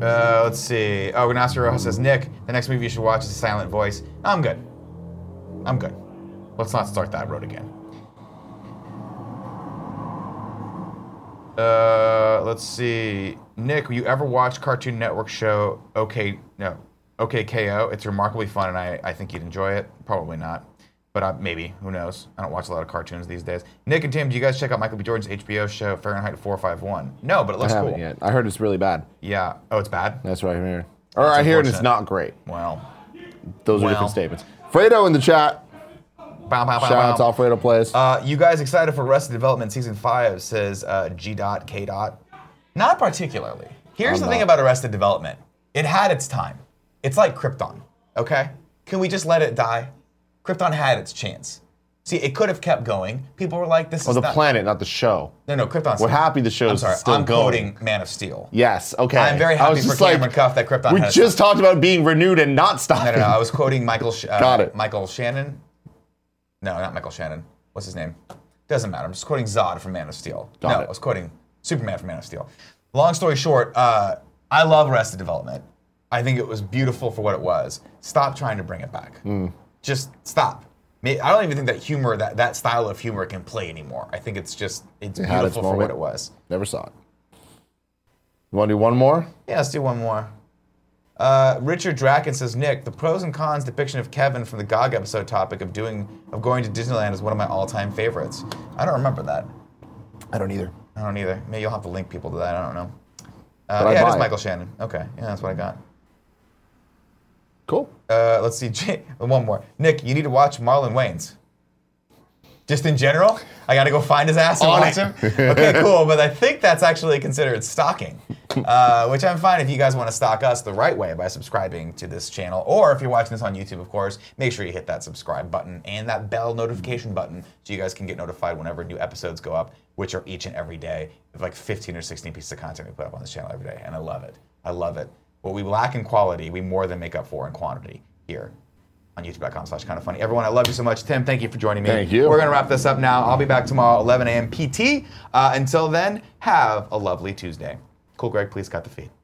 A: Uh, let's see. Oh, Ignacio Rojas says, Nick, the next movie you should watch is Silent Voice. I'm good. I'm good. Let's not start that road again. Uh, let's see. Nick, will you ever watch Cartoon Network show OK no OK KO? It's remarkably fun and I, I think you'd enjoy it. Probably not. But but I, maybe who knows? I don't watch a lot of cartoons these days. Nick and Tim, do you guys check out Michael B. Jordan's HBO show Fahrenheit 451? No, but it
B: I
A: looks
B: haven't
A: cool.
B: yet. I heard it's really bad.
A: Yeah. Oh, it's bad.
B: That's what I hear. Or I hear and it's not great.
A: Well.
B: Those are
A: Well.
B: different statements. Fredo in the chat.
A: Bow, bow, bow,
B: Shout out to
A: bow.
B: all Fredo plays.
A: Uh, you guys excited for Arrested Development season five? Says uh, G dot K dot. Not particularly. Here's
B: I'm
A: the thing
B: not.
A: about Arrested Development. It had its time. It's like Krypton. Okay. Can we just let it die? Krypton had its chance. See, it could have kept going. People were like, "This
B: oh,
A: is
B: the
A: not-
B: planet, not the show.
A: No, no, Krypton's.
B: We're happy the show
A: I'm
B: is
A: sorry.
B: still
A: I'm
B: going.
A: quoting Man of Steel.
B: Yes. Okay.
A: I'm very
B: I
A: happy
B: was
A: for
B: just
A: Cameron
B: like,
A: Cuff that Krypton
B: We
A: had its
B: just talked about being renewed and not stopped.
A: No, no, no. I was quoting Michael. Sh- uh,
B: Got it.
A: Michael Shannon. No, not Michael Shannon. What's his name? Doesn't matter. I'm just quoting Zod from Man of Steel.
B: Got
A: no,
B: it.
A: I was quoting Superman from Man of Steel. Long story short, uh, I love Arrested Development. I think it was beautiful for what it was. Stop trying to bring it back.
B: Hmm.
A: Just stop. May- I don't even think that humor, that, that style of humor, can play anymore. I think it's just it's
B: It had its
A: beautiful for what
B: moment.
A: it was.
B: Never saw it. You want to do one more?
A: Yeah, let's do one more. Uh, Richard Draken says, Nick, the pros and cons depiction of Kevin from the GOG episode topic of doing of going to Disneyland is one of my all-time favorites. I don't remember that.
B: I don't either.
A: I don't either. Maybe you'll have to link people to that. I don't know.
B: But
A: Uh,
B: I'd
A: yeah, it
B: buy
A: is
B: it.
A: Michael Shannon. Okay, yeah, that's what I got.
B: Cool.
A: Uh, let's see, J- one more. Nick, you need to watch Marlon Wayans. Just in general, I got to go find his ass and
B: On
A: watch him.
B: it.
A: Okay, cool. But I think that's actually considered stalking, uh, which I'm fine if you guys want to stalk us the right way by subscribing to this channel, or if you're watching this on YouTube, of course, make sure you hit that subscribe button and that bell notification button so you guys can get notified whenever new episodes go up, which are each and every day. It's like 15 or 16 pieces of content we put up on this channel every day, and I love it. I love it. What we lack in quality, we more than make up for in quantity here on youtube.com slash kind of funny. Everyone, I love you so much. Tim, thank you for joining me.
B: Thank you.
A: We're going to wrap this up now. I'll be back tomorrow, 11 a.m. PT. Uh, until then, have a lovely Tuesday. Cool, Greg, please cut the feed.